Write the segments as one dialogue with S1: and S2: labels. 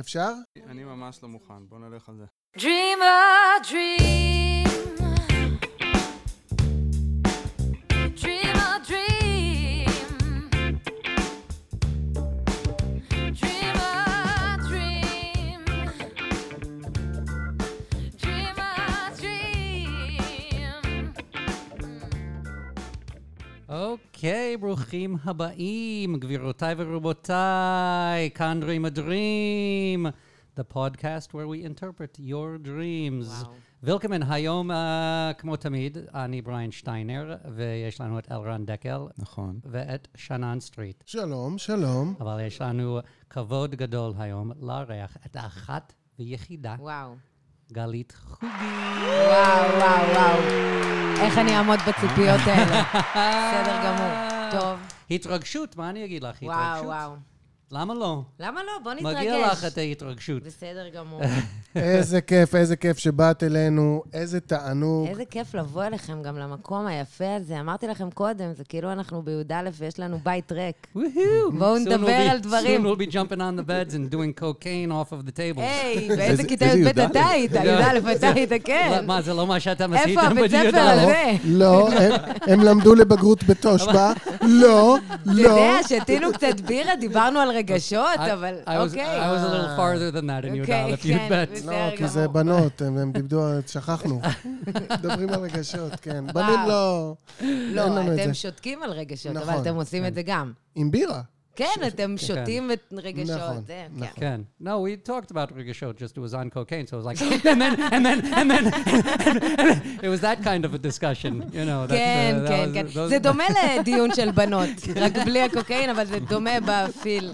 S1: אפשר?
S2: אני ממש לא מוכן, בוא נלך על זה.
S3: Dream a dream. Dream a dream. Dream a dream. Dream a dream.
S4: אוקיי, ברוכים הבאים, גבירותיי ורבותיי, כאן Dream a Dream, the podcast where we interpret your dreams. וילקמן, היום, אה, כמו תמיד, אני בריין שטיינר, ויש לנו את אלרן דקל
S2: נכון.
S4: ואת שנן סטריט.
S1: שלום, שלום.
S4: אבל יש לנו כבוד גדול היום לארח את האחת ויחידה,
S5: וואו.
S4: גלית חוגי.
S5: וואו, וואו, וואו. איך אני אעמוד בציפיות האלה? בסדר גמור. טוב.
S4: התרגשות, מה אני אגיד לך?
S5: וואו,
S4: התרגשות?
S5: וואו.
S4: למה לא?
S5: למה לא? בוא נתרגש.
S4: מגיע לך את ההתרגשות.
S5: בסדר גמור.
S1: איזה כיף, איזה כיף שבאת אלינו, איזה תענוג.
S5: איזה כיף לבוא אליכם גם למקום היפה הזה. אמרתי לכם קודם, זה כאילו אנחנו בי"א ויש לנו בית ריק.
S4: Woohoo!
S5: בואו
S4: Soon
S5: נדבר
S4: we'll be-
S5: על דברים.
S4: Soon we'll be jumping on the beds and doing cocaine off of the tables.
S5: היי,
S6: איזה-
S5: באיזה כיתה
S6: איזה
S5: י"ב
S6: י"א?
S5: אתה היית? י"א אתה היית,
S4: לא,
S5: כן.
S4: מה, זה לא מה שאתם עשיתם
S5: איפה הבית ספר הזה?
S1: לא, הם, הם למדו לבגרות בתושבע, לא,
S5: אתה
S1: לא.
S5: יודע, שתינו קצת בירה, דיברנו על רגשות,
S4: I-
S5: אבל
S4: I was-
S5: אוקיי.
S4: I was a little farther than that in
S5: אוקיי,
S4: י"א,
S5: כן,
S4: י"ב.
S5: בסדר
S1: לא, כי זה
S5: גמור.
S1: בנות, הם הם דיבדו, שכחנו. מדברים על רגשות, כן. בנים לא,
S5: לא,
S1: אין לנו את
S5: אתם
S1: זה.
S5: שותקים על רגשות, אבל
S1: נכון,
S5: אתם עושים את זה גם.
S1: עם בירה.
S5: כן, אתם שותים את
S1: נכון,
S5: רגשות. זה, כן.
S1: נכון.
S4: Ken. No, we talked about Rigashot, just it was on cocaine. So it was like, and then, and then, and then, it was that kind of a discussion, you know. that, uh,
S5: כן,
S4: that
S5: כן,
S4: was-
S5: כן.
S4: those-
S5: זה דומה לדיון של בנות, רק בלי הקוקאין, אבל זה דומה בפיל.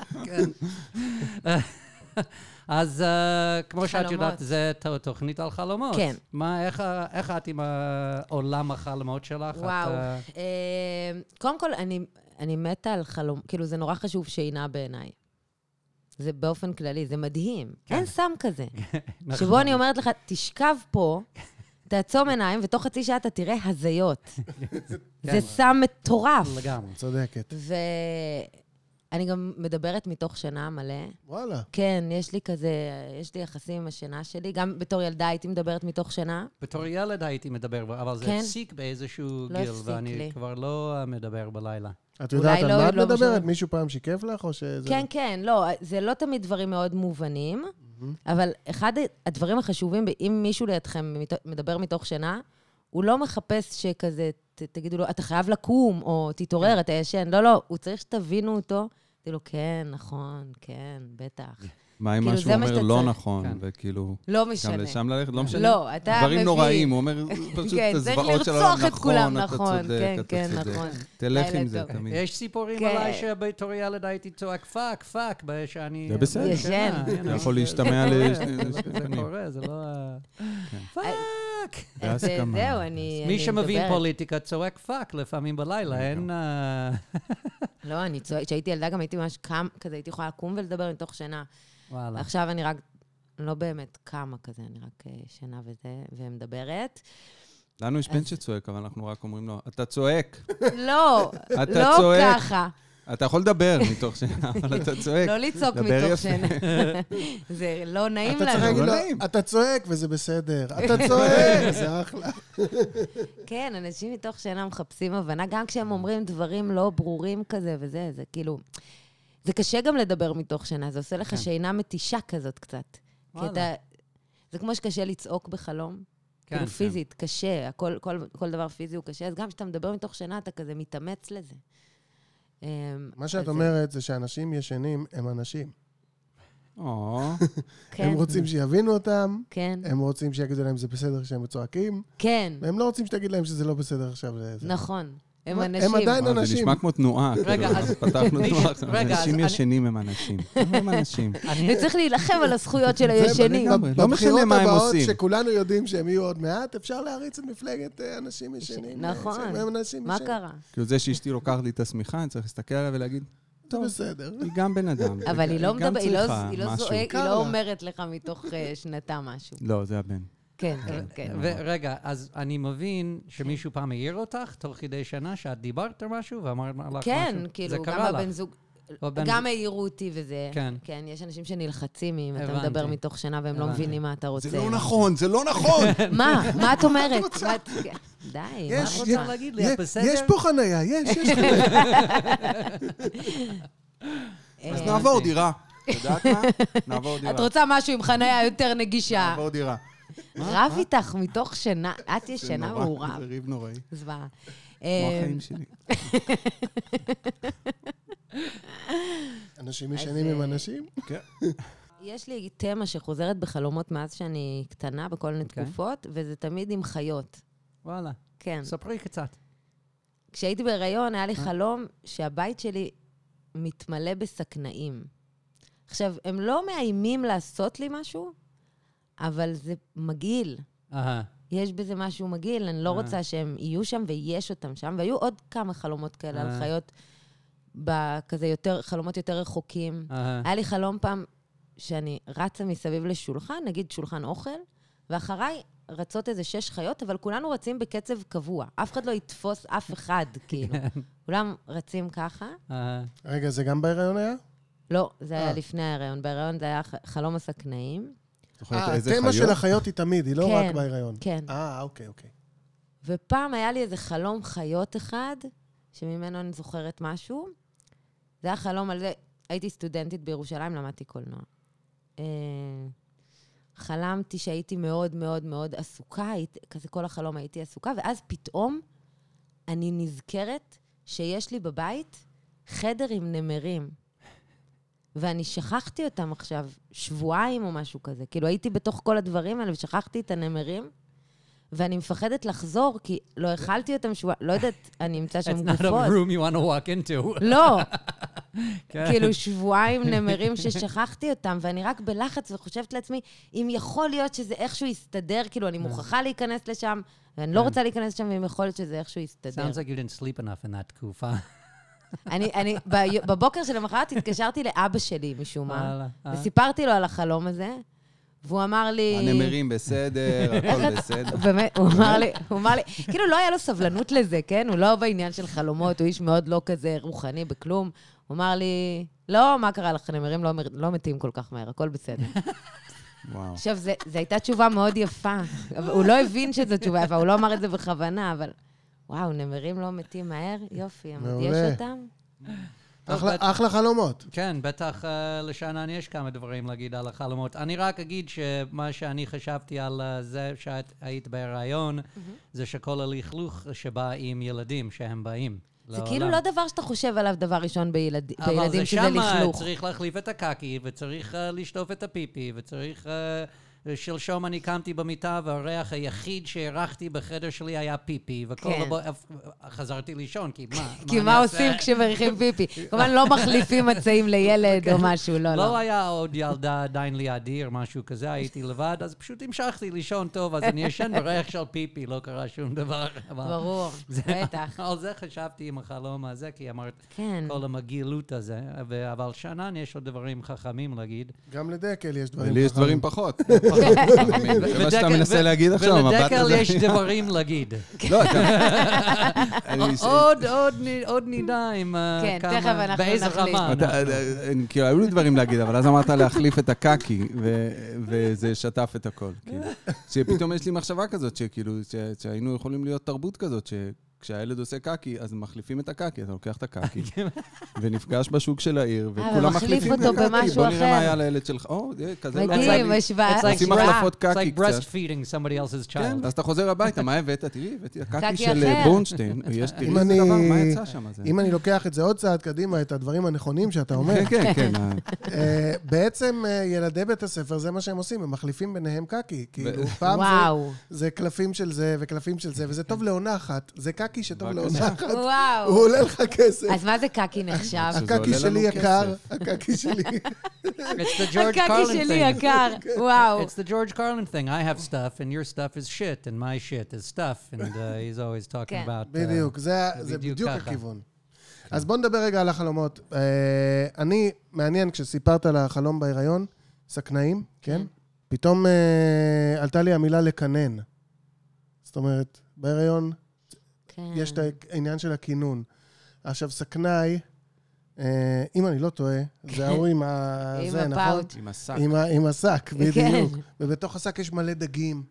S4: אז אה, כמו שאת
S5: חלומות.
S4: יודעת, זה ת- תוכנית על חלומות.
S5: כן.
S4: מה, איך ה- איך את עם עולם החלומות שלך? את,
S5: וואו.
S4: אה,
S5: אה, קודם כל, אני- אני מתה על חלום, כאילו, זה נורא חשוב שינה בעיניי. זה באופן כללי, זה מדהים. אין סם כזה.
S4: נכון.
S5: שבו אני אומרת לך, תשכב פה, תעצום עיניים, ותוך חצי שעה אתה תראה הזיות. זה סם מטורף.
S4: לגמרי.
S1: צודקת.
S5: ואני גם מדברת מתוך שינה מלא.
S1: וואלה.
S5: כן, יש לי כזה, יש לי יחסים עם השינה שלי. גם בתור ילדה הייתי מדברת מתוך שינה.
S4: בתור ילד הייתי מדבר, אבל זה
S5: כן.
S4: הפסיק באיזשהו
S5: לא
S4: גיל,
S5: הפסיק
S4: ואני
S5: לי.
S4: כבר לא אה, מדבר בלילה.
S1: את יודעת על
S5: לא-
S1: מה את
S5: לא
S1: מדברת?
S5: משנה.
S1: מישהו פעם שיקף לך, או שזה...
S5: כן, כן, לא, זה לא תמיד דברים מאוד מובנים, אבל אחד הדברים החשובים, אם מישהו לידכם מת- מדבר מתוך שינה, הוא לא מחפש שכזה, ת- תגידו לו, אתה חייב לקום, או תתעורר, אתה ישן. לא, לא, הוא צריך שתבינו אותו. תגידו לו, כן, נכון, כן, בטח.
S2: מה אם
S5: כאילו,
S2: משהו
S5: זה מה
S2: אומר
S5: שאתה
S2: לא
S5: צריך.
S4: כן.
S2: נכון, וכאילו...
S5: לא
S2: גם
S5: משנה.
S2: לשם ללכת, לא משנה.
S5: לא, אתה מבין.
S2: דברים נוראים, הוא אומר פשוט
S5: כן,
S2: את
S5: צריך
S2: הזוועות שלו,
S5: לרצוח את כולם,
S2: נכון, אתה
S5: נכון, כן,
S2: צודק,
S5: כן,
S2: אתה צודק.
S5: נכון.
S2: תלך
S5: לילה
S2: עם זה
S5: טוב.
S2: תמיד.
S4: יש סיפורים
S5: כן.
S4: עליי שבתור ילד הייתי צועק פאק, פאק, ב- שאני...
S2: זה בסדר.
S5: ישן.
S4: שינה, you
S2: זה
S4: know,
S2: יכול
S4: זה-
S2: להשתמע
S4: זה-
S2: ל-
S4: כן, זה-
S2: לשני
S4: זה- זה
S2: פנים.
S4: קורה, זה לא... ה-
S2: כן.
S4: פאק!
S5: אז אה,
S2: בהסכמה.
S5: זהו, אני
S4: מי
S5: אני
S4: שמבין
S5: מדברת.
S4: פוליטיקה צועק פאק לפעמים בלילה, אין... אה,
S5: לא, אני צועקת, כשהייתי ילדה גם הייתי ממש קם, כזה הייתי יכולה לקום ולדבר מתוך שינה.
S4: וואלה.
S5: עכשיו אני רק, לא באמת קמה כזה, אני רק אה, ישנה וזה, ומדברת.
S2: לנו יש בן שצועק, אבל אנחנו רק אומרים לו, אתה צועק,
S5: לא,
S2: אתה
S5: לא
S2: צועק.
S5: ככה.
S2: אתה יכול לדבר מתוך שינה, אבל אתה צועק.
S5: לא לצעוק
S2: דבר יפה.
S5: מתוך שינה. זה לא נעים
S1: אתה צריך להגיד לו,
S5: לנו.
S2: לא נעים.
S1: אתה צועק וזה בסדר, אתה צועק, זה אחלה.
S5: כן, אנשים מתוך שינה מחפשים הבנה, גם כשהם אומרים דברים לא ברורים כזה וזה, זה כאילו... זה קשה גם לדבר מתוך שינה, זה עושה
S2: כן.
S5: לך שינה מתישה כזאת קצת. כי
S4: וואלה.
S5: אתה... זה כמו שקשה לצעוק בחלום.
S4: כן,
S5: כאילו
S4: כן.
S5: פיזית, קשה, הכל, כל, כל דבר פיזי הוא קשה, אז גם כשאתה מדבר מתוך שינה, אתה כזה מתאמץ לזה. אמ,
S1: מה
S5: אז
S1: שאת
S5: זה-
S1: אומרת זה שאנשים ישנים הם אנשים.
S2: או,
S5: כן,
S1: הם רוצים שיבינו אותם,
S5: כן,
S1: הם רוצים שיגידו להם זה בסדר כשהם צועקים,
S5: כן,
S1: והם לא רוצים שתגיד להם שזה לא בסדר עכשיו. זה- זה-
S5: נכון. הם
S1: הם
S5: אנשים.
S1: עדיין- אין
S2: וואו, זה
S1: אנשים.
S2: נשמע כמו תנועה.
S4: רגע,
S2: כאילו,
S4: אז-
S2: פתחנו תנועה. עכשיו,
S4: רגע, אז
S2: אנשים
S4: אני-
S2: ישנים הם אנשים. הם אנשים.
S5: וצריך להילחם על הזכויות של הישנים.
S2: לגמרי. לא משנה מה הם
S1: בבחירות הבאות
S2: עושים.
S1: שכולנו יודעים שהם יהיו עוד מעט, אפשר להריץ את מפלגת אה, אנשים ישנים. אה,
S5: נכון.
S1: שהם אנשים
S5: מה
S1: ישנים.
S5: קרה?
S2: כאילו זה שאשתי לוקחת לי את השמיכה, אני צריך להסתכל עליה ולהגיד,
S1: זה בסדר.
S2: היא גם בן אדם.
S5: אבל היא לא
S2: גם
S5: מדברת, היא לא-
S2: צריכה
S5: היא לא
S2: משהו."
S5: זועקת, היא
S1: קרה לה.
S5: לא אומרת לך מתוך אה, שנתה משהו.
S2: לא, זה הבן.
S5: כן, כן, כן.
S4: ורגע, אז אני מבין שמישהו פעם העיר אותך תוך כדי שנה שאת דיברת או משהו ואמרת לך משהו.
S5: כן,
S4: זה
S5: כאילו, גם
S4: קרה לך.
S5: הבן זוג...
S4: או בן-
S5: גם העירו אותי וזה.
S4: כן.
S5: כן, יש אנשים שנלחצים אם אתה
S4: הבנתי.
S5: מדבר מתוך שינה והם לא
S4: הבנתי.
S5: מבינים מה אתה רוצה.
S1: זה לא נכון, זה לא נכון!
S5: מה? מה את אומרת? מה את- די, מה את
S1: יש,
S5: רוצה?
S1: יש-
S4: להגיד לי? את
S1: יש-
S4: בסדר?
S1: יש פה חנייה, יש, יש חנייה. אז נעבור דירה.
S2: את יודעת מה? נעבור דירה.
S5: את רוצה משהו עם חניה יותר נגישה.
S2: נעבור דירה.
S5: רב איתך מתוך שינה, את
S2: זה
S5: ישנה
S2: נורא,
S5: והוא רב.
S2: זה ריב נוראי.
S5: זוועה.
S2: כמו
S5: אה,
S2: החיים שלי.
S1: אנשים ישנים
S5: אה,
S1: עם אנשים?
S2: כן.
S5: יש לי תמה שחוזרת בחלומות מאז שאני קטנה, בכל מיני
S4: אוקיי.
S5: תקופות, וזה תמיד עם חיות.
S4: וואלה,
S5: כן.
S4: ספרי קצת.
S5: כשהייתי בהיריון, היה לי
S2: אה.
S5: חלום שהבית שלי מתמלא בשקנאים. עכשיו, הם לא מאיימים לעשות לי משהו, אבל זה מגעיל.
S4: אהה.
S5: יש בזה משהו מגעיל, אני לא
S4: אה.
S5: רוצה שהם יהיו שם, ויש אותם שם. והיו עוד כמה חלומות כאלה על
S4: אה.
S5: חיות, ב- כזה יותר, חלומות יותר רחוקים.
S4: אהה.
S5: היה לי חלום פעם שאני רצה מסביב לשולחן, נגיד שולחן אוכל, ואחריי רצות איזה שש חיות, אבל כולנו רצים בקצב קבוע. אף אחד לא יתפוס אף אחד, כאילו.
S4: כן.
S5: כולם רצים ככה.
S4: אהה.
S1: רגע, זה גם בהיריון היה?
S5: לא, זה היה
S1: אה.
S5: לפני ההיריון. בהיריון זה היה ח- חלום הסכנאים.
S2: זוכרת
S1: אה,
S2: איזה
S1: התמה של
S2: חיות?
S1: החיות היא תמיד, היא לא
S5: כן.
S1: רק בהיריון.
S5: כן.
S1: אה, אוקיי, אוקיי.
S5: ופעם היה לי איזה חלום חיות אחד, שממנו אני זוכרת משהו. זה היה חלום על זה, הייתי סטודנטית בירושלים, למדתי קולנוע. אה, חלמתי שהייתי מאוד מאוד מאוד עסוקה, היית, כזה כל החלום הייתי עסוקה, ואז פתאום אני נזכרת שיש לי בבית חדר עם נמרים. ואני שכחתי אותם עכשיו שבועיים או משהו כזה. כאילו, הייתי בתוך כל הדברים האלה ושכחתי את הנמרים, ואני מפחדת לחזור, כי לא אכלתי אותם שבועיים, לא יודעת, אני אמצא
S4: That's
S5: שם
S4: not
S5: גופות.
S4: a room you want to walk into.
S5: לא,
S4: כן.
S5: כאילו שבועיים נמרים ששכחתי אותם, ואני רק בלחץ וחושבת לעצמי, אם יכול להיות שזה איכשהו יסתדר, כאילו, אני מוכרחה להיכנס לשם, ואני לא
S4: אה. כן.
S5: רוצה להיכנס לשם, ואם יכול להיות שזה איכשהו יסתדר.
S4: Sounds like you didn't sleep enough in that תקופה.
S5: אני, אני, ב- בבוקר שלמחרת התקשרתי לאבא שלי, משום מה,
S4: וואלה, אה.
S5: וסיפרתי לו על החלום הזה, והוא אמר לי...
S2: הנמרים בסדר, הכל בסדר.
S5: באמת, הוא אמר לי, הוא אמר לי, כאילו לא היה לו סבלנות לזה, כן? הוא לא בעניין של חלומות, הוא איש מאוד לא כזה רוחני בכלום. הוא אמר לי, לא, מה קרה לך? נמרים לא, מר- לא מתים כל כך מהר, הכל בסדר.
S2: וואו.
S5: עכשיו, זו הייתה תשובה מאוד יפה. אבל הוא לא הבין שזו תשובה יפה, הוא לא אמר את זה בכוונה, אבל... וואו, נמרים לא מתים מהר? יופי, אבל
S1: מעולה.
S5: יש אותם?
S4: טוב,
S1: אחלה-
S4: בת-
S1: אחלה חלומות.
S4: כן, בטח אה, לשאנן יש כמה דברים להגיד על החלומות. אני רק אגיד שמה שאני חשבתי על אה, זה שאת היית בהיריון, זה שכל הלכלוך שבא עם ילדים שהם באים.
S5: זה
S4: לעולם.
S5: כאילו לא דבר שאתה חושב עליו דבר ראשון בילד-
S4: אבל
S5: בילדים,
S4: זה
S5: שזה
S4: שמה
S5: לכלוך.
S4: צריך להחליף את הקקי, וצריך אה, לשטוף את הפיפי, וצריך... אה, שלשום אני קמתי במיטה, והריח היחיד שאירחתי בחדר שלי היה פיפי, וכל
S5: כן.
S4: הבוקר... חזרתי לישון, כי מה?
S5: כי
S4: אני
S5: מה
S4: אעשה?
S5: עושים כשמריחים פיפי? כמובן, לא מחליפים מצעים לילד או משהו, לא,
S4: לא
S5: לא.
S4: היה עוד ילדה עדיין לידי או משהו כזה, הייתי לבד, אז פשוט המשכתי לישון טוב, אז אני ישן בריח של פיפי, לא קרה שום דבר. אבל-
S5: ברור,
S4: זה-
S5: בטח.
S4: על זה חשבתי עם החלום הזה, כי אמרת,
S5: כן.
S4: כל המגעילות הזה, ו- אבל שנן יש עוד דברים חכמים להגיד.
S1: גם לדקל יש דברים.
S2: לי יש
S1: חכמים.
S2: דברים פחות. חכמים. זה מה שאתה
S4: ודקל-
S2: מנסה
S4: ו-
S2: להגיד עכשיו, המבט
S4: ולדקל
S2: הזה.
S4: יש דברים להגיד.
S2: לא, אתה- אני-
S4: עוד- עוד נ- עוד נדע עם אה,
S5: כן,
S4: כמה...
S5: תכף אנחנו
S4: באיזה
S5: נחליט.
S4: רמה.
S2: אתה-
S4: אנחנו.
S2: אה, כאילו, היו לי דברים להגיד, אבל אז אמרת להחליף את הקקי, ו- וזה שטף את הכל. כאילו. שפתאום יש לי מחשבה כזאת, שכאילו, ש- שהיינו יכולים להיות תרבות כזאת, שכשהילד עושה קקי, אז מחליפים את הקקי, אתה לוקח את הקקי, ונפגש בשוק של העיר, וכולם
S5: מחליף
S2: מחליפים את
S5: אותו
S2: הקקי.
S5: במשהו
S2: בוא נראה מה
S5: אחר.
S2: היה לילד שלך. או, זה כזה... לא
S4: מדהים.
S5: מדהים, אה,
S4: like- it's
S5: השוואה.
S4: like
S2: עושים
S5: השוואה.
S2: החלפות
S4: It's
S2: קקי
S4: like
S2: קצת.
S4: breastfeeding somebody else's
S2: כן,
S4: child.
S2: אז אתה חוזר הביתה, מה הבאת? תראי, הבאתי הקקי
S5: קקי
S2: של
S5: אחר.
S2: אה, בורנשטיין. יש, תראי
S1: אם
S2: איזה
S1: אני-
S2: דבר, מה יצא שם? זה-
S1: אם אני לוקח את זה עוד צעד קדימה, את הדברים הנכונים שאתה אומר,
S2: כן, כן, כן. ה-
S1: אה, בעצם אה, ילדי בית הספר, זה מה שהם עושים, הם מחליפים ביניהם קקי. כאילו, פעם זה-
S5: וואו,
S1: זה קלפים של זה וקלפים של זה, וזה טוב לעונה אחת. זה קקי שטוב
S2: בבקשה.
S1: לעונה אחת. הוא
S5: וואו.
S1: עולה לך כסף.
S5: אז מה זה קקי נחשב?
S2: שזה
S1: הקקי
S2: עולה
S1: שלי
S2: לנו
S1: יקר,
S2: כסף.
S1: הקקי שלי...
S4: It's the George
S5: הקקי
S4: Carlin
S5: שלי
S4: thing.
S5: יקר, וואו.
S4: It's the George Carlin thing. I have stuff, and your stuff is shit, and my shit is stuff. And uh, he's always talking
S5: כן.
S4: about. uh,
S1: בדיוק, זה ה- זה
S4: בדיוק
S1: בדיוק
S4: ככה.
S1: הכיוון. אז בוא נדבר רגע על החלומות. אה, אני, מעניין, כשסיפרת על החלום בהיריון, סכנאים, כן? פתאום אה, עלתה לי המילה לקנן. זאת אומרת, בהיריון
S5: כן.
S1: יש את העניין של הכינון. עכשיו, סכנאי, אה, אם אני לא טועה, זה ההוא עם ה...
S5: עם
S1: זה, נכון?
S5: הפאוץ'.
S2: עם השק.
S1: עם ה- עם השק,
S5: כן.
S1: בדיוק. ובתוך השק יש מלא דגים.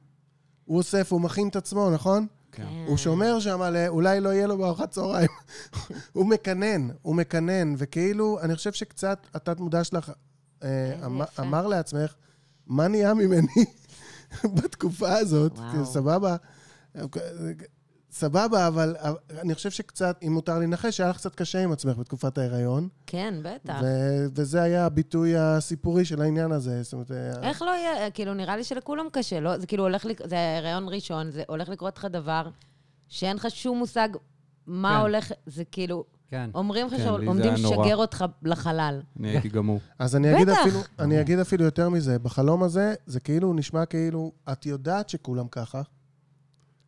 S1: הוא אוסף, הוא מכין את עצמו, נכון?
S2: כן.
S1: הוא שומר שם על אה, אולי לא יהיה לו בארוחת צהריים. הוא מקנן, הוא מקנן, וכאילו, אני חושב שקצת התת-מודע שלך אה,
S5: איזה
S1: אמר-
S5: כן, יפה.
S1: אמר לעצמך, מה נהיה ממני בתקופה הזאת?
S5: וואו.
S1: כאילו, סבבה. סבבה, אבל אבל אני חושב שקצת, אם מותר לי לנחש, היה לך קצת קשה עם עצמך בתקופת ההיריון,
S5: כן, בטח.
S1: ו- וזה היה הביטוי הסיפורי של העניין הזה. זאת אומרת, אה,
S5: איך לא יהיה, כאילו, נראה לי שלכולם קשה, לא? זה כאילו הולך, לק- זה הריון ראשון, זה הולך לקרות לך דבר שאין לך שום מושג מה
S4: כן.
S5: הולך, זה כאילו,
S4: כן.
S5: אומרים לך
S2: כן, לי זה
S5: שעומדים
S2: היה נורא.
S5: לשגר אותך לחלל.
S2: אני הייתי גמור.
S1: אז אני אגיד,
S5: בטח.
S1: אפילו, אני אגיד אפילו יותר מזה, בחלום הזה, זה כאילו נשמע כאילו, את יודעת שכולם ככה,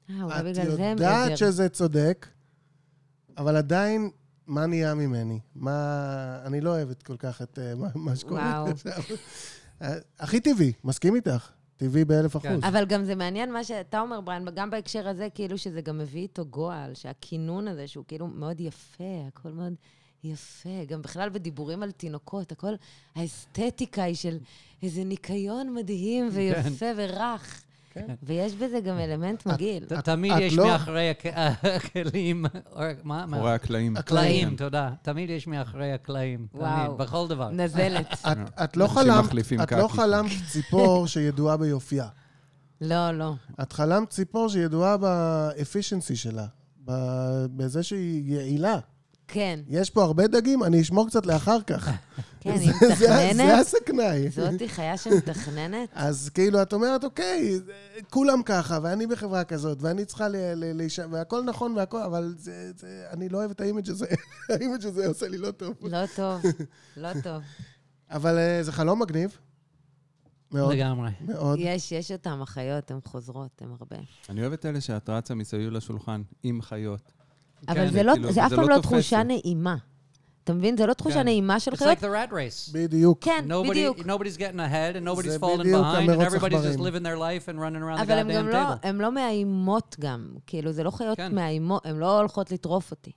S5: אה, אולי
S1: את
S5: בגלל זה הם
S1: יודעת
S5: עזר.
S1: שזה צודק, אבל עדיין, מה נהיה ממני? מה... אני לא אוהבת כל כך את אה, מה, מה שקורה
S5: וואו.
S1: עכשיו. אה, הכי טבעי, מסכים איתך. טבעי באלף
S4: כן.
S1: אחוז.
S5: אבל גם זה מעניין מה שאתה אומר, בריין, גם בהקשר הזה, כאילו שזה גם מביא איתו גועל, שהכינון הזה, שהוא כאילו מאוד יפה, הכל מאוד יפה. גם בכלל בדיבורים על תינוקות, הכל, האסתטיקה היא של איזה ניקיון מדהים ויפה ורך.
S1: כן. אה,
S5: ויש בזה גם אלמנט מגעיל.
S4: ת- תמיד
S1: את
S4: יש
S1: לא-
S4: מאחורי הכ- הכלים, או מה? מה?
S2: מאחורי הקלעים.
S4: הקלעים, תודה. תמיד יש מאחורי הקלעים.
S5: וואו.
S4: תמיד, בכל דבר.
S5: נזלת.
S1: את, את לא
S2: אנשים
S1: חלמת,
S2: מחליפים
S1: את לא
S2: קקי.
S1: חלמת ציפור שידועה ביופייה.
S5: לא, לא.
S1: את חלמת ציפור שידועה באפישנסי שלה, ב- בזה שהיא יעילה.
S5: כן,
S1: יש פה הרבה דגים, אני אשמור קצת לאחר כך.
S5: כן, היא
S1: זה- זה- זה
S5: מתכננת.
S1: הסכנאי.
S5: זאתי חיה שמתכננת.
S1: אז כאילו, את אומרת, אוקיי, זה- כולם ככה, ואני בחברה כזאת, ואני צריכה ל- ל- להישאר, והכל נכון והכל, אבל זה, זה, אני לא אוהב את האימג' הזה, האימג' הזה עושה לי לא טוב.
S5: לא טוב, לא טוב.
S1: אבל אה, זה חלום מגניב. מאוד,
S4: לגמרי.
S1: מאוד.
S5: יש, יש אותם, החיות, הן חוזרות, הן הרבה.
S2: אני אוהב את אלה שאת רצה מסביב לשולחן, עם חיות.
S5: אבל
S4: כן,
S5: זה לא,
S2: כאילו,
S5: זה אף
S2: זה
S5: פעם
S2: לא
S5: לא
S2: תופס
S5: תחושה
S2: לי.
S5: נעימה. אתה מבין? זה לא תחושה
S4: כן.
S5: נעימה של
S4: It's
S5: חיות.
S4: like the rat race.
S1: בדיוק.
S5: כן,
S4: Nobody,
S5: בדיוק.
S4: nobody's getting ahead and nobody's
S1: זה
S4: falling
S1: בדיוק
S4: behind and
S1: המרוץ
S4: everybody's just
S1: עכברים.
S4: living their life and running around the
S5: אבל הן
S4: goddamn
S5: גם לא,
S4: table.
S5: הן לא מאיימות גם. כאילו, זה לא חיות
S4: כן.
S5: מאיימות, הן לא הולכות לטרוף אותי.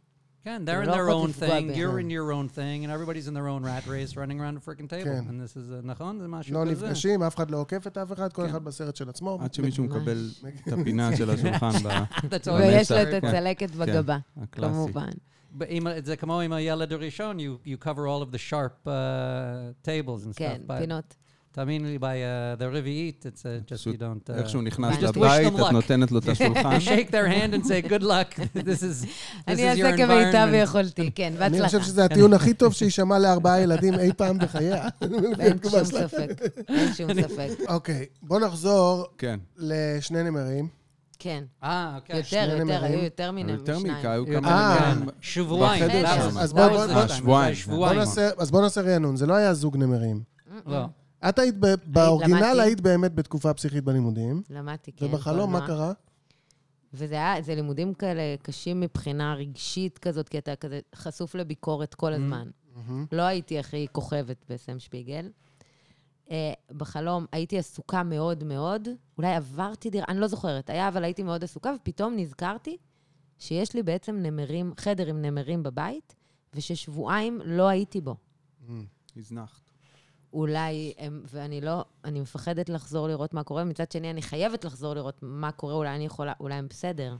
S4: כן, they're
S5: הן
S4: in
S5: לא
S4: their
S5: הולכות
S4: own
S5: לפגוע
S4: thing,
S5: בהן.
S4: you're in your own thing, and everybody's in their own rat race running around the freaking table.
S1: כן.
S4: And this is, uh, נכון? זה משהו
S1: לא
S4: כזה.
S1: נפגשים, אף אחד לא עוקף את אף אחד, כל
S2: כן.
S1: אחד בסרט של עצמו.
S2: עד שמישהו מקבל את הפינה של השולחן ב-
S4: That's always
S5: ויש לה
S2: מצח,
S5: את
S2: כן.
S5: הצלקת בגבה,
S4: כן,
S2: הקלאסי.
S5: כמובן.
S4: ב- עם- זה כמו עם הילד הראשון, you, you cover all of the sharp uh, tables and
S5: כן,
S4: stuff. but
S5: פינות.
S4: תאמין לי, by uh, the רביעית, it's uh, just you
S2: פשוט
S4: don't... Uh,
S2: איך שהוא נכנס
S5: You just wish
S2: לבית,
S4: them
S2: את
S4: luck.
S2: נותנת לו את השולחן.
S4: you shake their hand and say, good luck, this is, this
S5: אני
S4: is your
S5: אעשה כמיטב
S4: environment.
S5: יכולתי, כן,
S1: אני חושב
S5: בהצלחה.
S1: שזה הטיעון הכי טוב שיישמע לארבעה ילדים אי פעם בחייה.
S5: אין שום ספק, אין שום ספק.
S1: אוקיי, בוא נחזור
S2: כן.
S1: לשני נמרים.
S5: כן,
S4: אה, אוקיי.
S5: יותר, יותר,
S1: נמרים.
S5: היו יותר מן
S2: אבל יותר
S5: משניים.
S2: מכך, היו
S4: יותר
S2: כמה...
S1: אה.
S2: נמרים.
S4: כן, שבועיים.
S2: בחדר
S4: that
S2: שם.
S4: was-
S1: אז
S4: that
S1: בוא-
S4: was
S1: בוא-
S4: the time, זה
S2: שבועיים.
S4: היה
S1: בוא
S4: שבועיים.
S1: נעשה, אז בוא נעשה רענון, זה לא היה זוג נמרים.
S4: לא.
S1: את היית, ב, באורגינל
S5: למדתי.
S1: היית באמת בתקופה פסיכית בלימודים,
S5: למדתי, כן.
S1: ובחלום
S5: קולנוע.
S1: מה קרה?
S5: וזה היה, זה לימודים כאלה קשים מבחינה רגשית כזאת, כי אתה כזה חשוף לביקורת כל הזמן. לא הייתי הכי כוכבת בסם שפיגל. אה, בחלום הייתי עסוקה מאוד מאוד, אולי עברתי דירה, אני לא זוכרת, היה, אבל הייתי מאוד עסוקה, ופתאום נזכרתי שיש לי בעצם נמרים, חדר עם נמרים בבית, וששבועיים לא הייתי בו.
S2: הזנחת.
S5: אולי, הם, ואני לא, אני מפחדת לחזור לראות מה קורה, מצד שני, אני חייבת לחזור לראות מה קורה, אולי אני יכולה, אולי הם בסדר.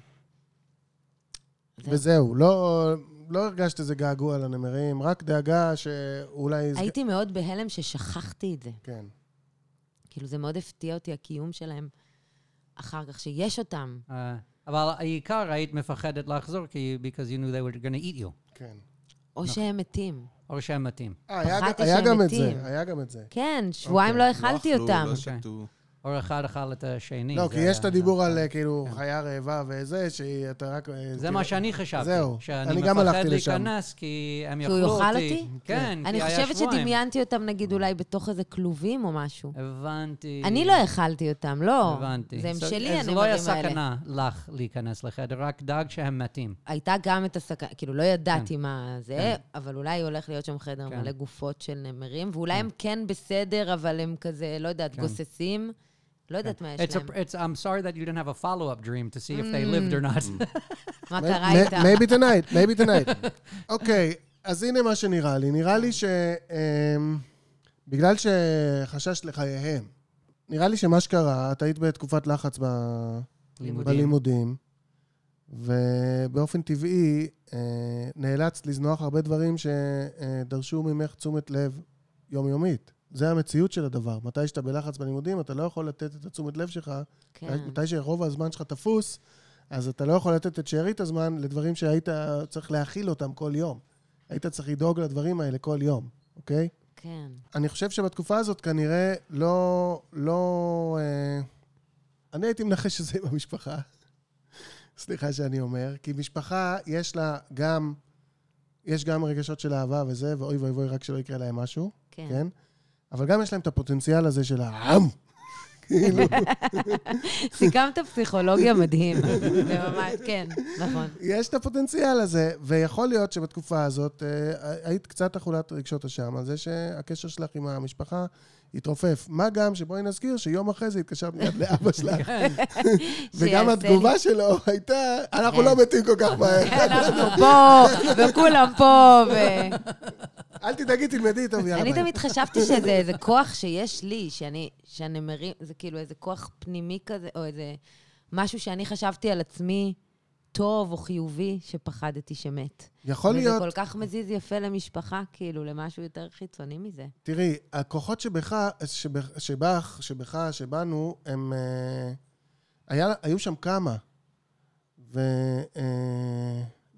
S5: זהו.
S1: וזהו, לא, לא הרגשת איזה געגוע לנמרים, רק דאגה שאולי... זה-
S5: הייתי מאוד בהלם ששכחתי את זה.
S1: כן.
S5: כאילו, זה מאוד הפתיע אותי, הקיום שלהם אחר כך, שיש אותם.
S4: אה, אבל העיקר, היית מפחדת לחזור, כי because you knew they were going to eat you,
S1: כן.
S5: או שהם מתים.
S4: או שהם מתים.
S1: אה, היה, ג-
S5: פחדתי
S1: היה
S5: שהם
S1: גם את
S5: מתים.
S1: זה, היה גם את זה.
S5: כן, שבועיים לא אכלתי אותם.
S2: לא שתו.
S4: או אחד אכל את השני.
S1: לא,
S4: כן, זה
S1: כי יש
S4: היה- כן.
S1: את הדיבור על אה, כאילו
S5: כן.
S1: חיה רעבה וזה, שאתה רק... אה,
S4: זה
S1: כאילו-
S4: מה שאני חשבתי.
S1: זהו,
S4: שאני
S1: אני גם הלכתי
S4: מפחד
S1: לשם.
S4: להיכנס, כי הם
S5: כי הוא
S4: יאכלו אותי.
S5: יאכל אותי?
S4: כן, כי
S5: אני
S4: היה
S5: חושבת
S4: שבועיים.
S5: שדמיינתי אותם, נגיד, אולי בתוך איזה כלובים או משהו.
S4: הבנתי.
S5: אני לא אכלתי אותם, לא.
S4: הבנתי.
S5: זה הם
S4: So,
S5: שלי,
S4: אז לא היה
S5: הנמרים האלה.
S4: סכנה לך להיכנס לחדר, רק דאג שהם מתים.
S5: הייתה גם את הסכנה, כאילו, לא ידעתי מה זה,
S4: כן.
S5: אבל אולי הולך להיות שם חדר
S4: כן.
S5: מלא גופות של נמרים, ואולי הם כן בסדר, אבל הם כזה, לא יודעת,
S4: כן.
S5: גוססים. לא יודעת מה יש
S4: It's a,
S5: להם. Mm.
S4: it's, I'm sorry that you didn't have a follow-up dream to see if they lived or not.
S5: מה
S1: מ-
S5: קרה
S1: מ-
S5: איתם?
S1: Maybe tonight, maybe tonight. אוקיי, אז הנה מה שנראה לי. נראה לי ש... אמ, בגלל שחששת לחייהם, נראה לי שמה שקרה, את היית בתקופת לחץ ב...
S5: לימודים.
S1: בלימודים, ובאופן טבעי אה, נאלצת לזנוח הרבה דברים שדרשו ממך תשומת לב יומיומית. זה המציאות של הדבר. מתי שאתה בלחץ בלימודים, אתה לא יכול לתת את התשומת לב שלך.
S5: כן.
S1: רק מתי שרוב הזמן שלך תפוס, אז אתה לא יכול לתת את שארית הזמן לדברים שהיית צריך להכיל אותם כל יום. היית צריך לדאוג לדברים האלה כל יום, אוקיי?
S5: כן.
S1: אני חושב שבתקופה הזאת כנראה לא... לא... אה, אני הייתי מנחש שזה עם המשפחה. סליחה שאני אומר, כי משפחה יש לה גם... יש גם רגשות של אהבה וזה, ואוי ואוי ואוי, רק שלא יקרה להם משהו,
S5: כן.
S1: כן? אבל גם יש להם את הפוטנציאל הזה של העם. כאילו,
S5: סיכמת פסיכולוגיה מדהים. זה ממש, כן, נכון.
S1: יש את הפוטנציאל הזה, ויכול להיות שבתקופה הזאת אה, היית קצת אכולת רגשות אשם על זה שהקשר שלך עם המשפחה התרופף. מה גם שבואי נזכיר שיום אחרי זה התקשרת מיד לאבא שלך,
S5: כן.
S1: וגם
S5: שיעשה
S1: התגובה
S5: לי-
S1: שלו הייתה,
S5: כן.
S1: אנחנו לא מתים כל כך מהר.
S5: אנחנו פה, וכולם פה, ו...
S1: אל תדאגי, תלמדי טוב, יאללה
S5: אני
S1: ביי.
S5: תמיד חשבתי שזה איזה כוח שיש לי, שאני, שאני מרים, זה כאילו איזה כוח פנימי כזה, או איזה משהו שאני חשבתי על עצמי טוב או חיובי, שפחדתי שמת.
S1: יכול
S5: וזה
S1: להיות,
S5: כל כך מזיז יפה למשפחה, כאילו, למשהו יותר חיצוני מזה.
S1: תראי, הכוחות שבך, שבך, שבך, שבך שבנו, הם... אה, היה, היו שם כמה, ו, אה,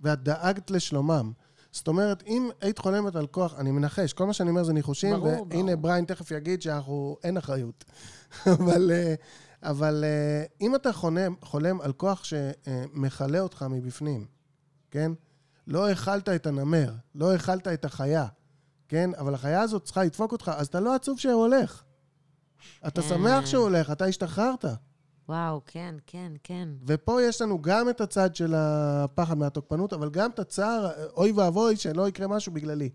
S1: ואת דאגת לשלומם. זאת אומרת, אם היית חולמת על כוח, אני מנחש, כל מה שאני אומר זה ניחושים,
S5: ברור, ברור.
S1: והנה בריין תכף יגיד שאנחנו, אין אחריות. אבל, אה, אבל אה, אם אתה חולם, חולם על כוח שמכלה אותך מבפנים, כן? לא האכלת את הנמר, לא האכלת את החיה, כן? אבל החיה הזאת צריכה לדפוק אותך, אז אתה לא עצוב שהוא הולך. אתה
S5: כן.
S1: שמח שהוא הולך, אתה השתחררת.
S5: וואו, כן, כן, כן.
S1: ופה יש לנו גם את הצד של הפחד מהתוקפנות, אבל גם את הצער, אוי ואבוי, שלא יקרה משהו בגללי.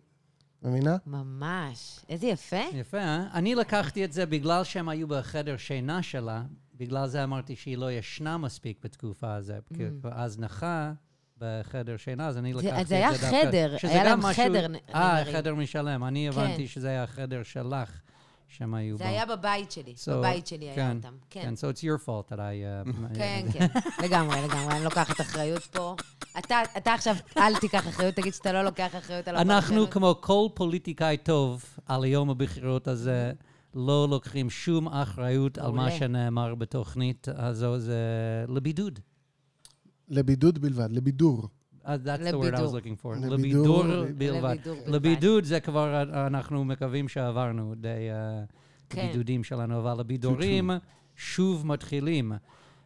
S1: מבינה?
S5: ממש. איזה יפה.
S4: יפה, אה? אני לקחתי את זה בגלל שהם היו בחדר שינה שלה, בגלל זה אמרתי שהיא לא ישנה מספיק בתקופה הזו, כי הזנחה בחדר שינה, אז אני
S5: Mm. זה-
S4: לקחתי את
S5: זה
S4: זה
S5: היה
S4: דווקא.
S5: חדר,
S4: שזה
S5: היה
S4: גם
S5: להם
S4: משהו-
S5: חדר, נ-
S4: אה,
S5: נאמרים.
S4: חדר משלם. אני
S5: כן.
S4: הבנתי שזה היה החדר שלך, שהם היו בו.
S5: זה היה בבית שלי.
S4: So,
S5: בבית שלי היה
S4: כן,
S5: אותם. כן.
S4: כן, so it's your fault that I... uh,
S5: כן, כן, לגמרי, לגמרי, אני לוקחת אחריות פה. אתה, אתה עכשיו, אל תיקח אחריות, תגיד שאתה לא לוקח אחריות על הפרשנות.
S4: אנחנו, כמו כל פוליטיקאי טוב, על יום הבחירות הזה, לא לוקחים שום אחריות על מה
S5: מעולה.
S4: שנאמר בתוכנית הזו, זה לבידוד.
S1: לבידוד בלבד, לבידור.
S4: Uh, that's the word I was
S5: לבידור.
S4: looking for.
S1: לבידור.
S4: לבידור בלבד.
S5: לבידור בלבד.
S4: לבידוד זה כבר uh, אנחנו מקווים שעברנו די uh,
S5: כן.
S4: בידודים שלנו, אבל הבידורים שוב מתחילים.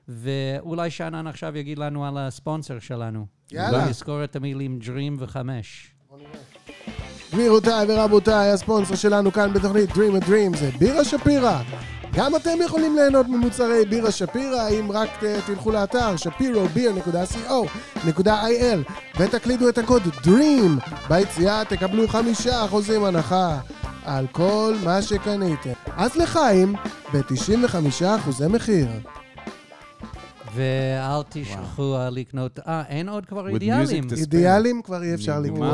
S4: ואולי שאנן עכשיו יגיד לנו על הספונסר שלנו.
S1: יאללה.
S4: נזכור את המילים Dream וחמש.
S1: גבירותיי ורבותיי, הספונסר שלנו כאן בתוכנית Dream a Dream זה בירה שפירא. גם אתם יכולים ליהנות ממוצרי בירה שפירא אם רק אה, תלכו לאתר shapiro.co.il ותקלידו את הקוד DREAM ביציאה תקבלו חמישה אחוזים הנחה על כל מה שקניתם. אז לחיים ב-95 אחוזי מחיר.
S4: ואל תשכחו אה, לקנות... אה, אין עוד כבר
S2: With
S4: אידיאלים.
S2: music to-
S1: אידיאלים כבר אי אפשר
S2: נגמר.
S1: לקרוא.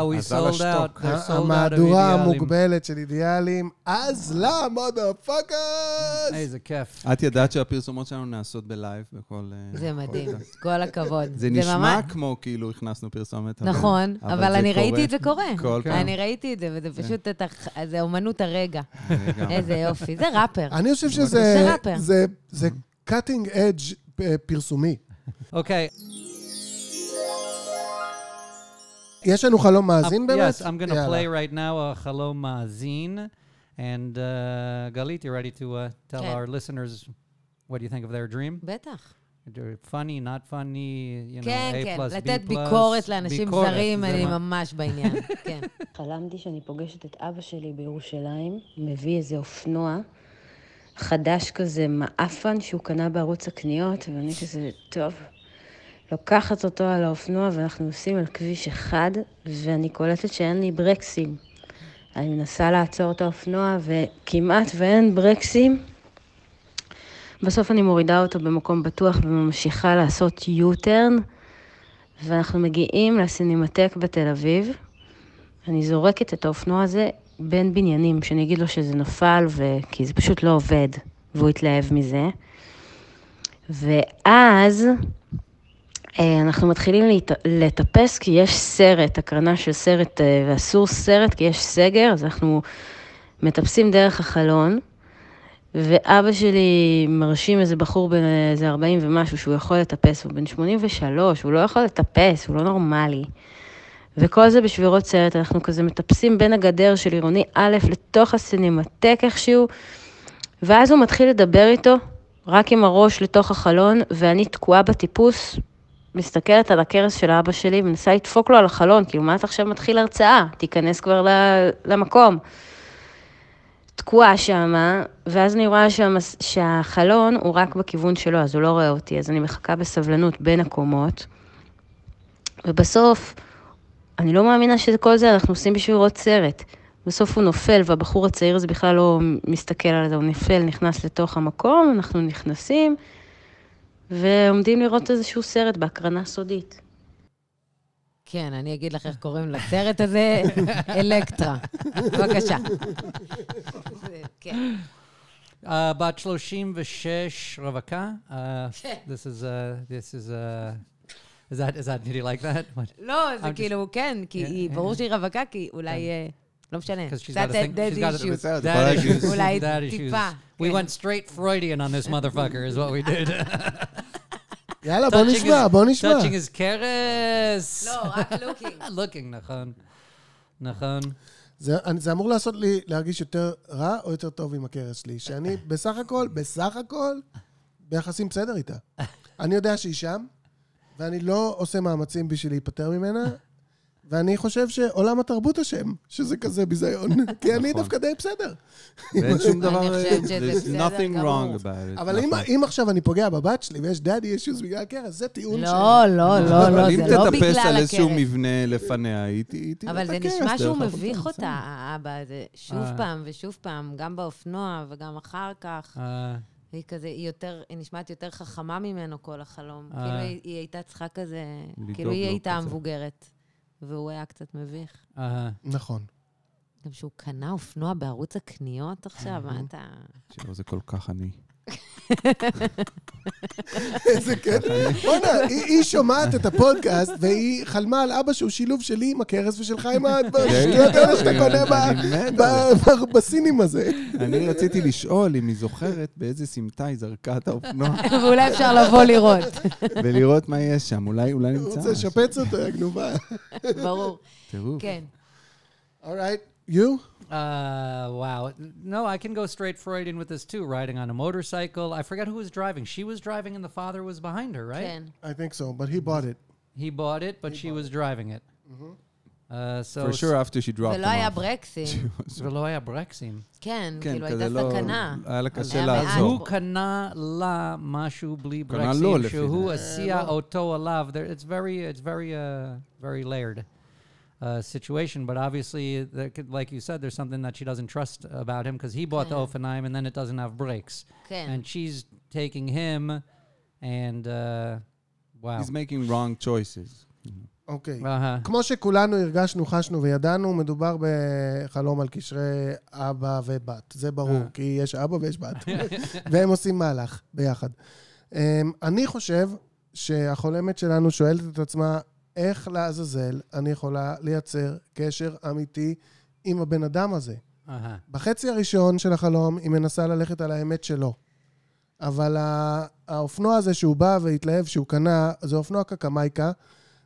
S4: וואו, we
S2: אז על
S4: sold out.
S2: השטוק.
S4: They're sold out of
S1: המהדורה
S4: אידיאלים.
S1: המוגבלת של אידיאלים, אז לה, מודה פאקרס!
S4: איזה כיף.
S2: את ידעת שהפרסומות שלנו נעשות בלייב בכל... אה,
S5: זה
S2: בכל
S5: מדהים,
S2: זה.
S5: כל הכבוד.
S2: זה נשמע
S5: ממש-
S2: כמו כאילו הכנסנו פרסומת.
S5: נכון, אבל
S2: זה
S5: אני
S2: קורה
S5: ראיתי את זה קורה.
S2: כל פעם.
S5: אני ראיתי את זה,
S4: כן.
S5: וזה פשוט, את הח- זה אומנות הרגע.
S2: לגמרי.
S5: איזה יופי. זה ראפר.
S1: אני חושב
S5: זה
S1: שזה...
S5: ראפר.
S1: זה- זה קאטינג אדג' פרסומי.
S4: אוקיי,
S1: יש לנו חלום מאזין באמת?
S4: Uh, Yes, I'm going to
S1: יאללה.
S4: play right now a Hello Mazin. And uh, Galit, you ready to uh, tell
S5: Okay.
S4: our listeners what you think of their dream?
S5: בטח.
S4: Do- Funny, not funny, you know,
S5: כן,
S4: A
S5: כן,
S4: plus, B
S5: לתת
S4: plus.
S5: ביקורת לאנשים
S4: ביקורת,
S5: זרים,
S4: זה
S5: אני
S4: מה-
S5: ממש בעניין. כן.
S6: חלמתי שאני פוגשת את אבא שלי בירושלים, מביא איזה אופנוע חדש כזה, מעפן, שהוא קנה בערוץ הקניות, ואני כזה, טוב. לוקחת אותו על האופנוע ואנחנו נוסעים על כביש אחד, ואני קולטת שאין לי ברקסים. אני מנסה לעצור את האופנוע וכמעט ואין ברקסים. בסוף אני מורידה אותו במקום בטוח וממשיכה לעשות U-turn, ואנחנו מגיעים לסינמטק בתל אביב. אני זורקת את האופנוע הזה בין בניינים, שאני אגיד לו שזה נפל, ו... כי זה פשוט לא עובד, והוא התלהב מזה. ואז אה, אנחנו מתחילים להת... לטפס, כי יש סרט, הקרנה של סרט, אה, ואסור סרט, כי יש סגר, אז אנחנו מטפסים דרך החלון. ואבא שלי מרשים איזה בחור בן איזה 40 ומשהו שהוא יכול לטפס, הוא בן 83, הוא לא יכול לטפס, הוא לא נורמלי. וכל זה בשבירות סרט, אנחנו כזה מטפסים בין הגדר של עירוני א' לתוך הסינמטק איכשהו, ואז הוא מתחיל לדבר איתו, רק עם הראש לתוך החלון, ואני תקועה בטיפוס, מסתכלת על הכרס של אבא שלי, מנסה לדפוק לו על החלון, כאילו, מה אתה עכשיו מתחיל הרצאה? תיכנס כבר ל- למקום. תקועה שמה, ואז אני רואה שהמס... שהחלון הוא רק בכיוון שלו, אז הוא לא רואה אותי, אז אני מחכה בסבלנות בין הקומות. ובסוף, אני לא מאמינה שכל זה אנחנו עושים בשביל לראות סרט. בסוף הוא נופל, והבחור הצעיר הזה בכלל לא מסתכל על זה, הוא נופל, נכנס לתוך המקום, אנחנו נכנסים, ועומדים לראות איזשהו סרט בהקרנה סודית.
S5: כן, אני אגיד לך איך קוראים לסרט הזה, אלקטרה. בבקשה. זה- כן.
S4: Uh, בת 36 רווקה. Uh, this is a, this is a, is that, is that, did you like that? What?
S5: לא, זה
S4: I'm just-
S5: כאילו, כן, כי
S4: Yeah,
S5: היא,
S4: yeah,
S5: ברור
S4: yeah.
S5: שהיא רווקה, כי אולי... אה, לא משנה.
S4: כן. Because she's
S5: That-
S4: got a thing.
S5: that-
S4: She's got
S5: that
S4: a
S5: issue.
S2: בסדר,
S4: dad
S2: אבל
S4: issues.
S2: כאילו-
S5: אולי
S4: dad issues.
S5: טיפה,
S4: We
S5: כן.
S4: went straight Freudian on this motherfucker, is what we did.
S1: יאללה, בוא
S4: Touching
S1: נשמע,
S4: his-
S1: בוא נשמע.
S4: Touching his keres.
S5: לא, רק לוקים.
S4: looking, נכון. נכון.
S1: זה, אני- זה אמור לעשות לי להרגיש יותר רע או יותר טוב עם הכרס שלי, שאני בסך הכל, בסך הכל, ביחסים בסדר איתה. אני יודע שהיא שם, ואני לא עושה מאמצים בשביל להיפטר ממנה, ואני חושב שעולם התרבות אשם, שזה כזה ביזיון, כי אני
S2: נכון.
S1: דווקא די בסדר.
S2: ואין שום
S5: אני
S2: דבר...
S5: חושבת שזה
S2: there's
S5: בסדר
S2: nothing
S5: גמור.
S2: wrong about it.
S1: אבל אם-
S2: נכון.
S1: אם עכשיו אני פוגע בבת שלי ויש דאדי אישוז בגלל הכרס, זה טיעון ש...
S5: לא, לא, לא,
S2: אבל
S5: לא,
S2: אם
S5: זה לא
S2: תטפס
S5: בגלל
S2: על איזשהו
S5: הקרן.
S2: מבנה כן, לפניה, היא ת- היא תראה
S5: אבל
S2: את
S5: זה
S2: הכרס
S5: נשמע
S2: דרך
S5: שהוא
S2: החלון,
S5: מביך
S2: בסדר.
S5: אותה, האבא הזה, שוב
S4: אה.
S5: פעם ושוב פעם, גם באופנוע וגם אחר כך.
S4: אה,
S5: היא כזה, היא יותר, היא נשמעת יותר חכמה ממנו כל החלום.
S4: אה.
S5: כאילו היא, היא הייתה צריכה כזה,
S2: לדאוג
S5: כאילו היא
S2: לו
S5: הייתה
S2: כזה.
S5: המבוגרת, והוא היה קצת מביך.
S4: אה,
S1: נכון.
S5: גם שהוא קנה אופנוע בערוץ הקניות עכשיו,
S2: אה.
S5: מה אתה...
S2: שלא, זה כל כך אני.
S1: איזה קטע. בואנה, היא היא שומעת את הפודקאסט, והיא חלמה על אבא שהוא שילוב שלי עם הכרס ושלך עם
S5: לא,
S1: השטויות האלה שאתה קונה ב-
S2: כן. אני מת על
S1: ב- ב- בסינים הזה.
S2: זה. אני רציתי לשאול אם היא זוכרת באיזה סמטה היא זרקה את האופנוע,
S5: ואולי אפשר לבוא לראות,
S2: ולראות מה יש שם, אולי אולי
S1: הוא
S2: נמצא
S1: רוצה
S2: משהו.
S1: לשפץ אותו, יא גנובה.
S5: ברור.
S2: טירוף.
S5: כן.
S1: אורייט, you?
S4: Uh, wow. No, I can go straight Freudian with this too. Riding on a motorcycle. I forgot who was driving. She was driving and the father was behind her,
S2: אה?
S4: right?
S5: כן.
S1: I think so, but he bought it.
S4: He bought it, but she was driving it. Uh, so
S2: For sure after she dropped
S5: ולא
S2: them
S5: היה
S2: off.
S5: ברקסים.
S4: ולא היה ברקסים.
S5: כן,
S2: לא. כן,
S5: כאילו
S2: כזה
S5: הייתה
S2: לא-
S5: סכנה.
S2: היה לה
S5: היה
S2: קשה
S5: מעט.
S2: לעזור.
S4: הוא קנה לה משהו בלי
S2: קנה לו,
S4: ברקסים,
S2: לפי
S4: שהוא
S2: דעתי.
S4: הסיע אותו עליו. There- It's very, it's very, uh, very layered uh, situation. But obviously, there could- like you said, there's something that she doesn't trust about him because he bought the Ofenheim and then it doesn't have brakes.
S5: כן.
S4: And she's taking him, and uh, wow. Uh-huh,
S2: He's making wrong choices.
S1: אוקיי.
S4: אהה.
S1: כמו שכולנו הרגשנו, חשנו וידענו, מדובר בחלום על קשרי אבא ובת. זה ברור, כי יש אבא ויש בת. והם עושים מהלך ביחד. אמ, אני חושב שהחולמת שלנו שואלת את עצמה, איך לעזאזל אני יכולה לייצר קשר אמיתי עם הבן אדם הזה?
S4: אהה.
S1: בחצי הראשון של החלום היא מנסה ללכת על האמת שלו. אבל ה- האופנוע הזה שהוא בא והתלהב שהוא קנה, זה אופנוע קקמייקה,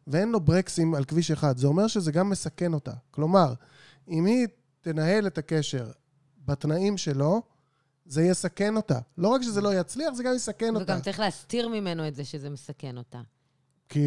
S1: ואין לו ברקסים על כביש אחד. זה אומר שזה גם מסכן אותה. כלומר, אם היא תנהל את הקשר בתנאים שלו, זה יסכן אותה. לא רק שזה לא יצליח, זה גם יסכן אותה.
S5: וגם צריך להסתיר ממנו את זה שזה מסכן אותה.
S1: כי...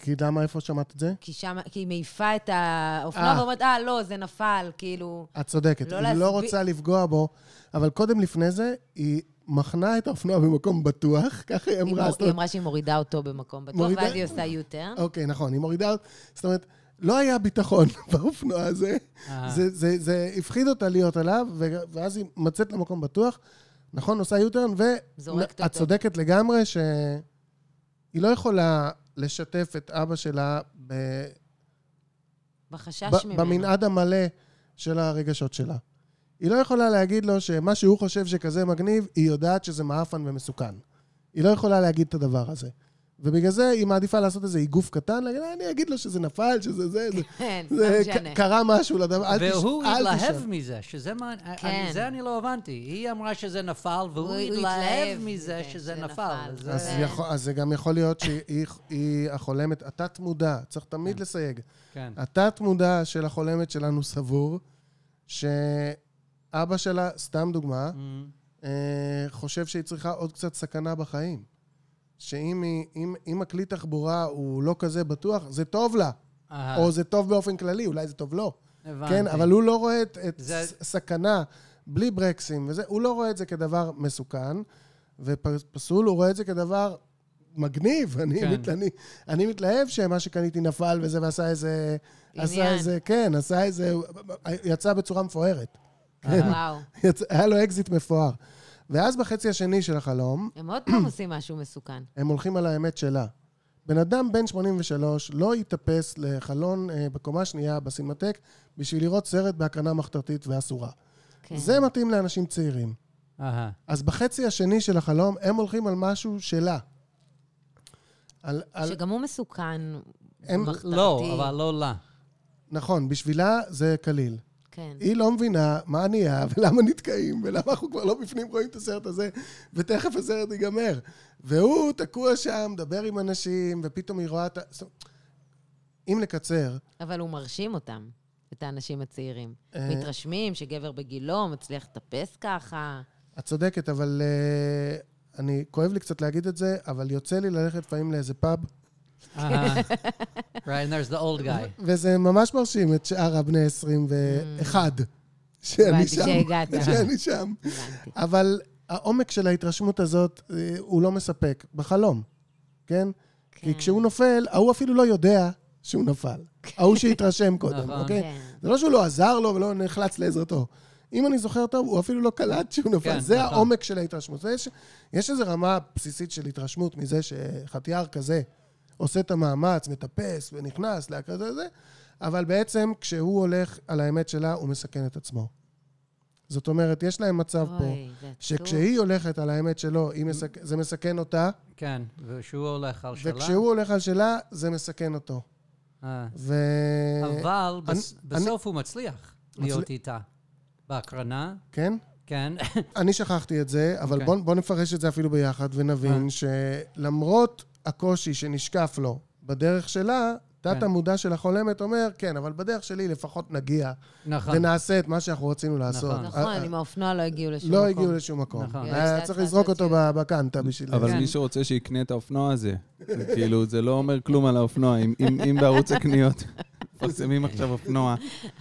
S1: כי למה, איפה שמעת את זה?
S5: כי שם, כי היא מעיפה את
S1: אה.
S5: האופנוע ואומרת, אה, לא, זה נפל, כאילו...
S1: את צודקת.
S5: לא
S1: היא
S5: להסביר-
S1: לא רוצה לפגוע בו, אבל קודם לפני זה, היא מחנה את האופנוע במקום בטוח, ככה היא
S5: היא
S1: אמרה.
S5: מור-
S1: זאת
S5: היא
S1: אומרת,
S5: אמרה שהיא מורידה אותו במקום בטוח,
S1: מורידה-
S5: ואז היא עושה U-turn.
S1: אוקיי, נכון, היא מורידה... זאת אומרת, לא היה ביטחון באופנוע הזה.
S4: אה.
S1: זה, זה, זה הפחיד אותה להיות עליו, ו- ואז היא מצאת למקום בטוח. נכון, עושה יוטרן, ו...
S5: זורקת
S1: את
S5: אותו.
S1: צודקת לגמרי שהיא לא יכולה לשתף את אבא שלה ב-
S5: בחשש
S1: ב-
S5: ממנו.
S1: במנעד המלא של הרגשות שלה. היא לא יכולה להגיד לו שמה שהוא חושב שכזה מגניב, היא יודעת שזה מעפן ומסוכן. היא לא יכולה להגיד את הדבר הזה. ובגלל זה היא מעדיפה לעשות איזה איגוף קטן, להגיד, "אה, אני אגיד לו שזה נפל, שזה זה, זה,
S5: כן, לא
S1: זה
S5: משנה.
S1: ק- קרה משהו לדבר, אל תשאל.
S4: והוא התלהב מזה, שזה מה... אני-
S5: כן.
S4: זה אני לא הבנתי. היא אמרה שזה נפל, והוא
S5: הוא
S4: התלהב מזה שזה נפל. זה-
S1: אז,
S5: זה-
S1: יכול, אז זה גם יכול להיות שהיא היא החולמת, התת-מודע, צריך תמיד לסייג.
S4: כן.
S1: התת-מודע של החולמת שלנו סבור שאבא שלה, סתם דוגמה, אה, חושב שהיא צריכה עוד קצת סכנה בחיים. שאם היא, אם, אם הכלי תחבורה הוא לא כזה בטוח, זה טוב לה.
S4: אהה,
S1: או זה טוב באופן כללי, אולי זה טוב לו.
S4: אה. הבנתי.
S1: כן, אבל הוא לא רואה את, את
S4: זה-
S1: ס- סכנה בלי ברקסים וזה, הוא לא רואה את זה כדבר מסוכן ופסול, הוא רואה את זה כדבר מגניב. אני,
S4: כן.
S1: מת, אני, אני מתלהב שמה שקניתי נפל וזה, ועשה איזה... עשה
S5: עניין.
S1: איזה, כן, עשה איזה... יצא בצורה מפוארת.
S5: אה, וואו.
S1: יצא, היה לו אקזיט מפואר. ואז בחצי השני של החלום,
S5: הם עוד פעם עושים משהו מסוכן.
S1: הם הולכים על האמת שלה. בן אדם בן 83 לא יתאפס לחלון אה, בקומה שנייה בסינמטק בשביל לראות סרט בהקרנה מחתרתית ואסורה.
S5: כן.
S1: זה מתאים לאנשים צעירים.
S4: אהה.
S1: אז בחצי השני של החלום הם הולכים על משהו שלה. על, על,
S5: שגם הוא מסוכן.
S1: הם-
S5: מחתרתי.
S4: לא, אבל לא לה.
S1: נכון, בשבילה זה קליל.
S5: כן.
S1: היא לא מבינה מה נהיה ולמה נתקעים ולמה אנחנו כבר לא בפנים רואים את הסרט הזה ותכף הסרט ייגמר. והוא תקוע שם, מדבר עם אנשים ופתאום היא רואה את ה... זאת אומרת, אם לקצר,
S5: אבל הוא מרשים אותם, את האנשים הצעירים.
S1: אה.
S5: מתרשמים שגבר בגילו מצליח לטפס ככה.
S1: את צודקת, אבל אה, אני, כואב לי קצת להגיד את זה, אבל יוצא לי ללכת לפעמים לאיזה פאב,
S4: אהה. Right, and there's the old guy.
S1: וזה ממש מרשים את שאר הבני 21 שאני
S5: Mm. הבנתי
S1: שם.
S5: שהגעת.
S1: שאני שם.
S5: הבנתי.
S1: אבל העומק של ההתרשמות הזאת, אה, הוא לא מספק, בחלום, כן? כי
S5: כן.
S1: כשהוא נופל, ההוא אפילו לא יודע שהוא נפל. ההוא שהתרשם קודם,
S4: נכון.
S1: אוקיי?
S5: כן.
S1: זה לא שהוא לא עזר לו ולא נחלץ לעזרתו. אם אני זוכר טוב, הוא אפילו לא קלט שהוא נפל.
S4: כן,
S1: זה
S4: נכון.
S1: העומק של ההתרשמות. יש, יש איזו רמה בסיסית של התרשמות מזה שחטיאר כזה עושה את המאמץ, מטפס ונכנס לכזה זה, אבל בעצם כשהוא הולך על האמת שלה, הוא מסכן את עצמו. זאת אומרת, יש להם מצב פה,
S5: אוי, זה עצוב.
S1: שכשהיא הולכת על האמת שלו, היא מסכ... זה מסכן אותה,
S4: כן, ושהוא הולך על שלה.
S1: וכשהוא הולך על שלה, זה מסכן אותו.
S4: אה.
S1: ו...
S4: אבל בס-
S1: אני-
S4: בסוף הוא מצליח להיות איתה. בהקרנה,
S1: כן?
S4: כן.
S1: אני שכחתי את זה, אבל
S4: אוקיי. אה.
S1: okay. בואו בוא נפרש את זה אפילו ביחד ונבין שלמרות הקושי שנשקף לו בדרך שלה, תת
S4: כן.
S1: המודע של החולמת אומר, כן, אבל בדרך שלי לפחות נגיע
S4: נכון.
S1: ונעשה את מה שאנחנו רצינו לעשות.
S4: נכון.
S5: נכון,
S1: אה, אה,
S5: עם האופנוע לא הגיעו לשום מקום.
S1: לא הגיעו לשום מקום.
S4: נכון.
S1: היה
S5: יש
S1: צריך
S5: לה
S1: לזרוק אותו
S5: אטרקציות.
S1: בקנטה בשביל...
S2: אבל
S4: כן.
S2: מי שרוצה שיקנה את האופנוע הזה, זה כאילו, זה לא אומר כלום על האופנוע. אם- אם אם בערוץ הקניות מפרסמים עכשיו אופנוע,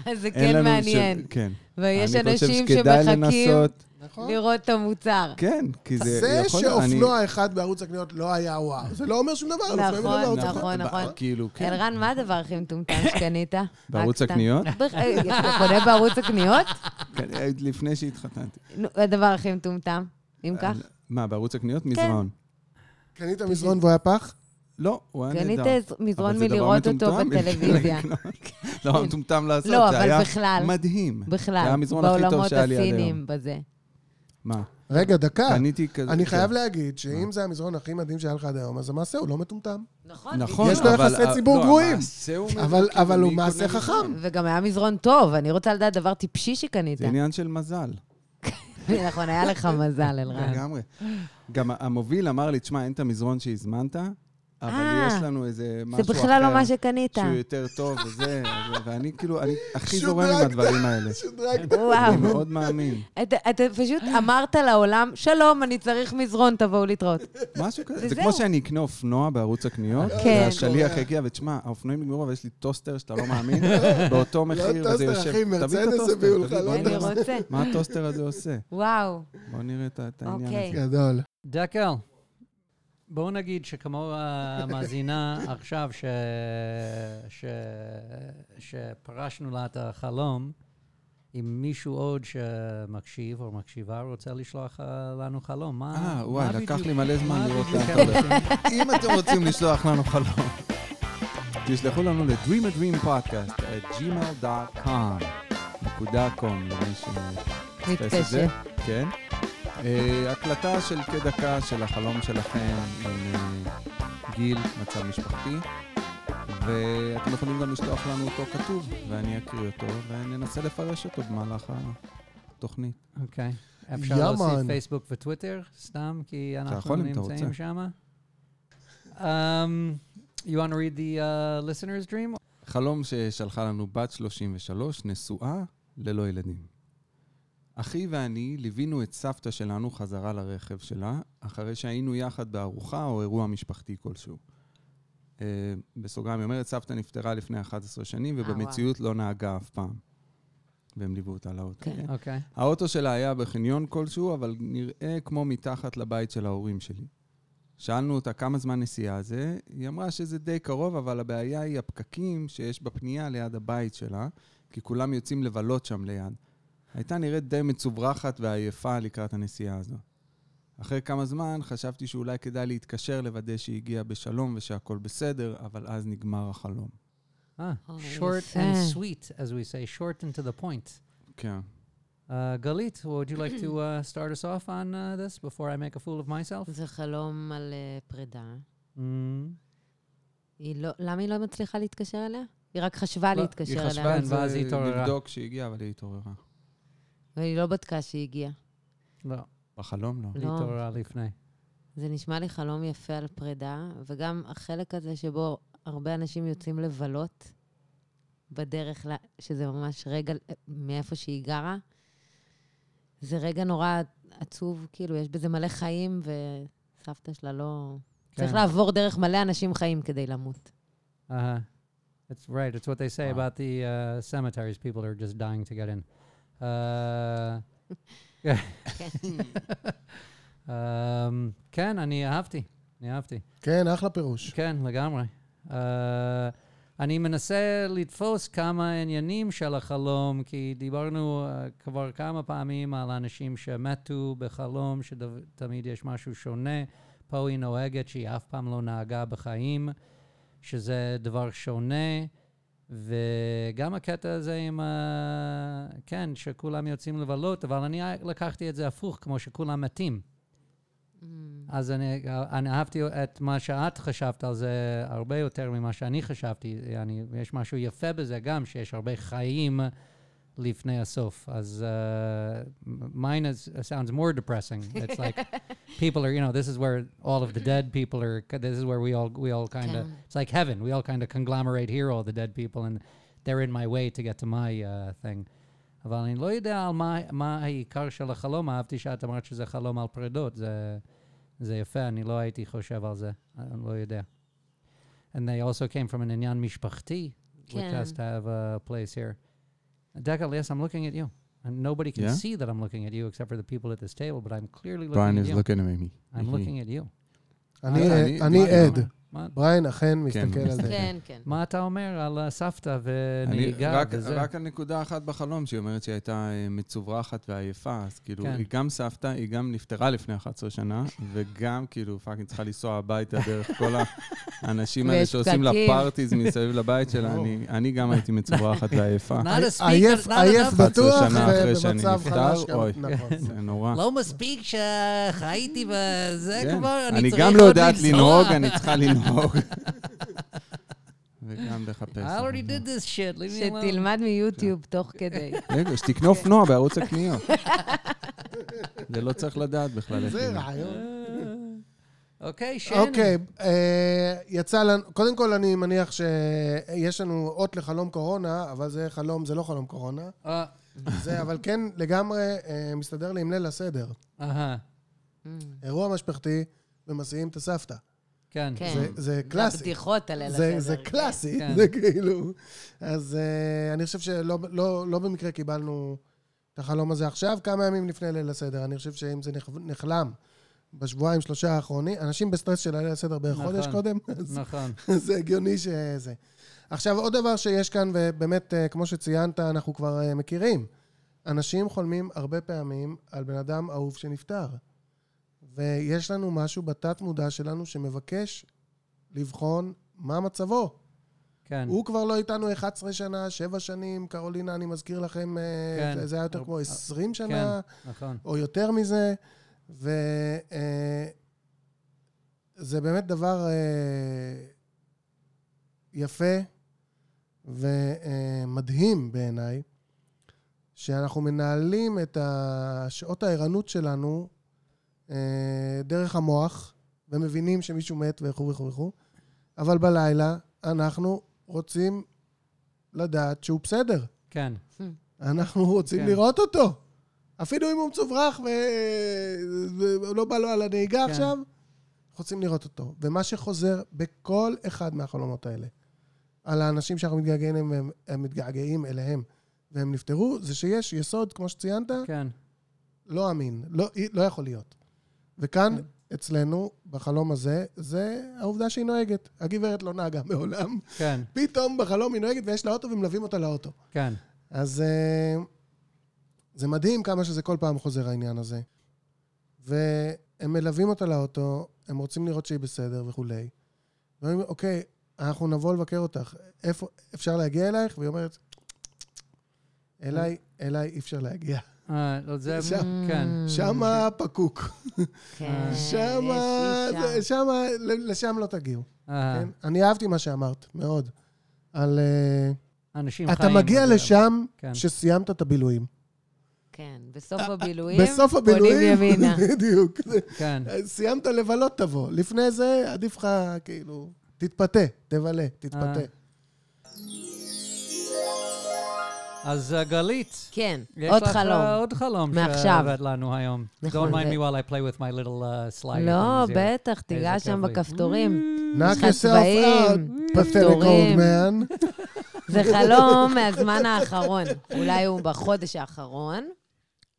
S5: אז זה
S2: אין
S5: כן
S2: לנו...
S5: מעניין.
S2: ש- כן.
S5: ויש
S2: אני חושב
S5: אנשים
S2: שכדאי
S5: שמחכים
S2: לנסות-
S1: נכון.
S5: לראות את המוצר.
S2: כן, כי זה...
S1: זה
S2: יכול להיות, אני-
S1: שאופנוע אחד בערוץ הקניות לא היה וואו, זה לא אומר שום דבר. לפעמים זה
S5: נכון,
S1: לא בערוץ
S5: נכון,
S1: הקניות.
S5: נכון.
S2: כאילו, כן.
S5: אלרן, מה הדבר הכי מטומטם שקנית?
S2: בערוץ
S5: רק סתם.
S2: הקניות?
S5: בח- אה, אתה קונה בערוץ הקניות?
S2: כן, לפני שהתחתנתי.
S5: נו, הדבר הכי מטומטם, אם כך. כן.
S2: מה, בערוץ הקניות? מזרון.
S1: קנית מזרון והוא היה פח?
S2: לא, הוא היה נהדר.
S5: קנית מזרון
S2: אבל זה דבר
S5: מלראות אותו
S2: מטומטם,
S5: בטלוויה.
S2: לא היה מטומטם לעשות,
S5: לא,
S2: זה
S5: אבל
S2: היה
S5: בכלל.
S2: מדהים. זה
S5: בכלל,
S2: היה המזרון הכי טוב
S5: בעולמות
S2: שהיה לי עד היום.
S5: הסינים בזה.
S2: מה?
S1: רגע, דקה.
S2: קניתי כזה...
S1: אה, אני
S2: כן.
S1: חייב להגיד שאם זה המזרון הכי מדהים שהיה לך עד היום, אז המעשה הוא לא מטומטם.
S5: נכון.
S2: נכון,
S1: יש לו
S2: אבל-
S1: יחסי ציבור
S2: לא,
S1: גרועים.
S2: המעשה הוא מבין,
S1: אבל-
S2: כאילו,
S1: אבל הוא
S2: מי
S1: מעשה
S2: קונה
S1: חכם.
S2: מזרון?
S5: וגם היה מזרון טוב, אני רוצה לדעת דבר טיפשי שקנית.
S2: זה עניין של מזל.
S5: נכון, היה לך מזל, אלרן.
S2: לגמרי. גם המוביל אמר לי, תשמע, אין את המזרון שהזמנת, אבל
S5: אה,
S2: יש לנו איזה משהו
S5: זה
S2: אחר.
S5: בכלל לא מה שקנית.
S2: שהוא יותר טוב וזה, אז- ואני כאילו, אני הכי
S1: שודרגת.
S2: זורם עם הדברים האלה.
S1: שודרגת.
S5: וואו.
S2: אני מאוד מאמין.
S5: אתה אתה פשוט אמרת לעולם, שלום, אני צריך מזרון, תבואו להתראות.
S2: משהו כזה. זה
S5: וזהו.
S2: כמו שאני אקנה אופנוע בערוץ הקניות,
S5: כן.
S2: והשליח יגיע, ותשמע, האופנועים נגמרו, אבל יש לי טוסטר שאתה לא מאמין, באותו מחיר, וזה
S1: טוסטר,
S2: יושב.
S1: לא אחי,
S2: תביא את
S1: מרצדס
S2: הטוסטר,
S1: הביאו לך,
S2: תביא,
S1: לא
S2: בוא
S5: אני
S2: נראה מה-
S5: רוצה.
S2: מה הטוסטר הזה עושה?
S5: וואו.
S2: בואו נראה את ה- את העניין
S5: אוקיי.
S2: הזה.
S1: גדול.
S4: דקל, בואו נגיד שכמו המאזינה עכשיו ש... ש... שפרשנו לה את החלום, אם מישהו עוד שמקשיב או מקשיבה רוצה לשלוח אה, לנו חלום, מה...
S2: אה,
S4: מה
S2: וואי, לקח
S4: בדיוק-
S2: לי מלא זמן
S4: מה
S2: לראות
S4: בדיוק
S2: לאן אתה הולך. אם אתם רוצים לשלוח לנו חלום, תשלחו לנו ל-Dream a Dream Podcast, at gmail.com, נקודה קום, למי שפספס את זה.
S5: מתקשר.
S2: כן. אה, הקלטה של כדקה של החלום שלכם עם אה, גיל, מצב משפחתי, ואתם יכולים גם לשלוח לנו אותו כתוב, ואני אקריא אותו, וננסה לפרש אותו במהלך התוכנית.
S4: אוקיי. אפשר
S1: יא
S4: להוסיף
S1: מן.
S4: פייסבוק וטוויטר, סתם, כי אנחנו
S2: יכול אם אתה
S4: נמצאים
S2: רוצה.
S4: שם. Um, you want to read the uh, listener's dream?
S2: חלום ששלחה לנו בת 33, נשואה, ללא ילדים. אחי ואני ליווינו את סבתא שלנו חזרה לרכב שלה, אחרי שהיינו יחד בארוחה או אירוע משפחתי כלשהו. אה, בסוגריים, היא אומרת, סבתא נפטרה לפני 11 שנים,
S5: וואו.
S2: ובמציאות לא נהגה אף פעם. והם ליוו אותה לאוטו.
S5: כן.
S4: אוקיי.
S2: האוטו שלה היה בחניון כלשהו, אבל נראה כמו מתחת לבית של ההורים שלי. שאלנו אותה כמה זמן נסיעה זה, היא אמרה שזה די קרוב, אבל הבעיה היא הפקקים שיש בפנייה ליד הבית שלה, כי כולם יוצאים לבלות שם ליד. הייתה נראית די מצוברחת ועייפה לקראת הנסיעה הזו. אחרי כמה זמן חשבתי שאולי כדאי להתקשר לוודא שהיא הגיעה בשלום ושהכול בסדר, אבל אז נגמר החלום.
S4: אה,
S5: אוי,
S4: short
S5: יפה.
S4: and sweet, as we say, short and to the point.
S2: כן.
S4: Uh, Galit, would you like to uh, start us off on uh, this before I make a fool of myself?
S5: זה חלום על אה, פרידה.
S4: Mm.
S5: היא לא, למה היא לא מצליחה להתקשר אליה? היא רק חשבה
S4: לא,
S5: להתקשר
S2: היא
S5: אליה.
S2: חשבה על
S4: ואז
S2: זה
S4: היא התעוררה.
S2: לבדוק אה, שהיא הגיעה, אבל היא התעוררה.
S5: אבל היא לא בדקה שהיא הגיעה.
S4: לא,
S2: בחלום לא.
S4: היא
S5: לא.
S4: התעוררה לפני.
S5: זה נשמע לי חלום יפה על פרידה, וגם החלק הזה שבו הרבה אנשים יוצאים לבלות בדרך, ל- שזה ממש רגע אה, מאיפה שהיא גרה, זה רגע נורא עצוב, כאילו, יש בזה מלא חיים, וסבתא שלה לא...
S4: כן.
S5: צריך לעבור דרך מלא אנשים חיים כדי למות.
S4: Uh-huh. That's right. It's what they say
S2: Wow.
S4: about the uh, cemeteries. People are just dying to get in. Uh, yeah.
S5: כן.
S4: um, כן, אני אהבתי. אני אהבתי.
S1: כן, אחלה פירוש.
S4: כן, לגמרי. Uh, אני מנסה לתפוס כמה עניינים של החלום, כי דיברנו uh, כבר כמה פעמים על אנשים שמתו בחלום, שתמיד יש משהו שונה. פה היא נוהגת שהיא אף פעם לא נהגה בחיים, שזה דבר שונה. וגם הקטע הזה עם ה... כן, שכולם יוצאים לבלות, אבל אני לקחתי את זה הפוך, כמו שכולם מתים. אז אני, אני אהבתי את מה שאת חשבת על זה הרבה יותר ממה שאני חשבתי. אני, יש משהו יפה בזה גם, שיש הרבה חיים לפני הסוף. אז uh, mine is, sounds more depressing. It's like people are, you know, this is where all of the dead people are, this is where we all, we all kind of,
S5: Yeah.
S4: it's like heaven. We all kind of conglomerate here, all the dead people, and they're in my way to get to my uh, thing. אבל אני לא יודע על מה, מה העיקר של החלום, אהבתי שאת אמרת שזה חלום על פרדות, זה... זה יפה, אני לא הייתי חושב על זה, אני לא יודע. uh, And they also came from an עניין משפחתי, which
S5: כן.
S4: has to have a place here. Decal, yes, I'm looking at you. And nobody can
S2: Yeah?
S4: see that I'm looking at you except for the people at this table, but I'm clearly looking
S2: Brian
S4: at
S2: is
S4: you.
S2: looking at me.
S4: I'm looking at you.
S1: אני
S2: אה,
S1: אה,
S2: אני-
S1: אני
S4: מה אתה
S1: עד.
S4: אומר? מה-
S1: בריין אכן מסתכל על זה.
S2: מסתכל.
S5: כן, כן.
S4: מה אתה אומר על הסבתא
S2: אני,
S4: ונהיגה
S2: רק,
S4: וזה?
S2: רק על נקודה אחת בחלום, שהיא אומרת שהיא הייתה אה, מצוברחת ועייפה, אז כאילו,
S4: כן.
S2: היא גם סבתא, היא גם נפטרה לפני 11 שנה, וגם כאילו פאקינג צריכה לנסוע הביתה דרך כל האנשים האלה
S5: ויש
S2: שעושים לה
S5: פקקים.
S2: פארטיז מסביב לבית שלה. אני, אני גם הייתי מצוברחת ועייפה.
S4: Not a
S1: אה, עייף,
S4: speaker, not
S1: עייף
S4: enough.
S1: בטוח,
S2: שנה אחרי שאני
S1: ובמצב
S2: נפטר,
S1: חלש
S2: אוי.
S1: גם. נכון.
S2: זה נורא.
S4: לא מספיק שחייתי בזה
S2: כן.
S4: כבר,
S2: אני
S4: אני צריך עוד לנסוע.
S2: גם לא יודעת לנהוג, אני צריכה לנהוג. וגם
S4: I
S2: לחפש.
S4: already did this shit, leave me alone.
S5: שתלמד מיוטיוב תוך כדי.
S2: רגע, שתקנה
S5: כן.
S2: אופנוע בערוץ הקניות. זה לא צריך לדעת בכלל. איך
S1: זה
S2: היא-
S1: רעיון.
S4: אוקיי, שן.
S1: אוקיי, אה, יצא לנו, קודם כל אני מניח שיש לנו אות לחלום קורונה, אבל זה חלום, זה לא חלום קורונה.
S4: אה,
S1: זה, אבל כן, לגמרי אה, מסתדר לי עם ליל הסדר.
S4: אהה,
S1: אירוע משפחתי ומסיעים את הסבתא.
S4: כן.
S5: כן.
S1: זה- זה קלאסי.
S5: הבדיחות על אלה
S1: זה, זה קלאסי,
S4: כן.
S1: זה כאילו... אז אה, אני חושב שלא לא, לא במקרה קיבלנו את החלום הזה עכשיו, כמה ימים לפני ליל הסדר. אני חושב שאם זה נכ- נחלם בשבועיים, שלושה האחרונים, אנשים בסטרס של הליל הסדר בערך
S4: נכון.
S1: חודש קודם, אז
S4: נכון.
S1: זה הגיוני שזה. עכשיו, עוד דבר שיש כאן, ובאמת, אה, כמו שציינת, אנחנו כבר אה, מכירים, אנשים חולמים הרבה פעמים על בן אדם אהוב שנפטר. ויש לנו משהו בתת-מודע שלנו שמבקש לבחון מה מצבו.
S4: כן.
S1: הוא כבר לא איתנו 11 שנה, 7 שנים, קרולינה, אני מזכיר לכם,
S4: כן.
S1: כן. זה היה יותר
S4: אר-
S1: כמו 20
S4: כן,
S1: שנה,
S4: נכון.
S1: או יותר מזה, וזה באמת דבר אה, יפה ומדהים בעיניי, שאנחנו מנהלים את שעות הערנות שלנו אה, דרך המוח, ומבינים שמישהו מת וכו' וכו' וכו', אבל בלילה אנחנו רוצים לדעת שהוא בסדר.
S4: כן.
S1: אנחנו רוצים
S4: כן.
S1: כן. לראות אותו. אפילו אם הוא מצוברח ו- ולא בא לו על הנהיגה
S4: כן.
S1: כן. עכשיו, רוצים לראות אותו. ומה שחוזר בכל אחד מהחלומות האלה, על האנשים שאנחנו מתגעגעים אליהם, והם- הם מתגעגעים אליהם והם נפטרו, זה שיש יסוד, כמו שציינת,
S4: כן.
S1: לא אמין, לא, לא יכול להיות. וכאן,
S4: כן.
S1: אצלנו, בחלום הזה, זה העובדה שהיא נוהגת. הגברת לא נהגה מעולם.
S4: כן.
S1: פתאום בחלום היא נוהגת ויש לה אוטו ומלווים אותה לאוטו.
S4: כן.
S1: אז אה, זה מדהים כמה שזה כל פעם חוזר העניין הזה. והם מלווים אותה לאוטו, הם רוצים לראות שהיא בסדר וכולי. ואומרים, אוקיי, אנחנו נבוא לבקר אותך, איפה, אפשר להגיע אלייך? והיא אומרת, אליי, אליי אי אפשר להגיע.
S4: אה, לא, זה...
S1: שם.
S5: Mm.
S4: כן.
S1: שמה פקוק.
S5: כן,
S1: שמה,
S4: כן,
S5: יש, אי אפשר.
S1: שמה, לשם לא תגיעו.
S4: אה,
S1: כן? אני אהבתי מה שאמרת, מאוד. על... אה,
S4: אנשים חיים.
S1: אתה מגיע
S4: וזה-
S1: לשם
S4: כן.
S1: שסיימת את הבילויים.
S5: כן, בסוף
S4: אה,
S5: הבילויים,
S1: בסוף
S5: פונים
S1: הבילויים,
S5: ימינה.
S1: בדיוק. זה-
S4: כן.
S1: סיימת לבלות, תבוא. לפני זה, עדיף לך, כאילו, תתפתה, תבלה,
S4: אה.
S1: תתפתה.
S4: אז אה, גלית.
S5: כן,
S4: יש
S5: עוד
S4: לך, אה,
S5: חלום.
S4: עוד חלום
S5: מעכשיו.
S4: שהבאת לנו היום.
S1: נכון,
S4: Don't mind
S5: ו-
S4: me while I play with my little uh, slide.
S5: לא, בטח, תיגע
S4: איזה
S5: שם
S4: כיף לי.
S5: בכפתורים.
S1: knock
S5: יש לך
S1: yourself out,
S5: צבעים,
S1: pathetic old
S5: פטורים.
S1: man.
S5: זה חלום מהזמן האחרון. אולי הוא בחודש האחרון,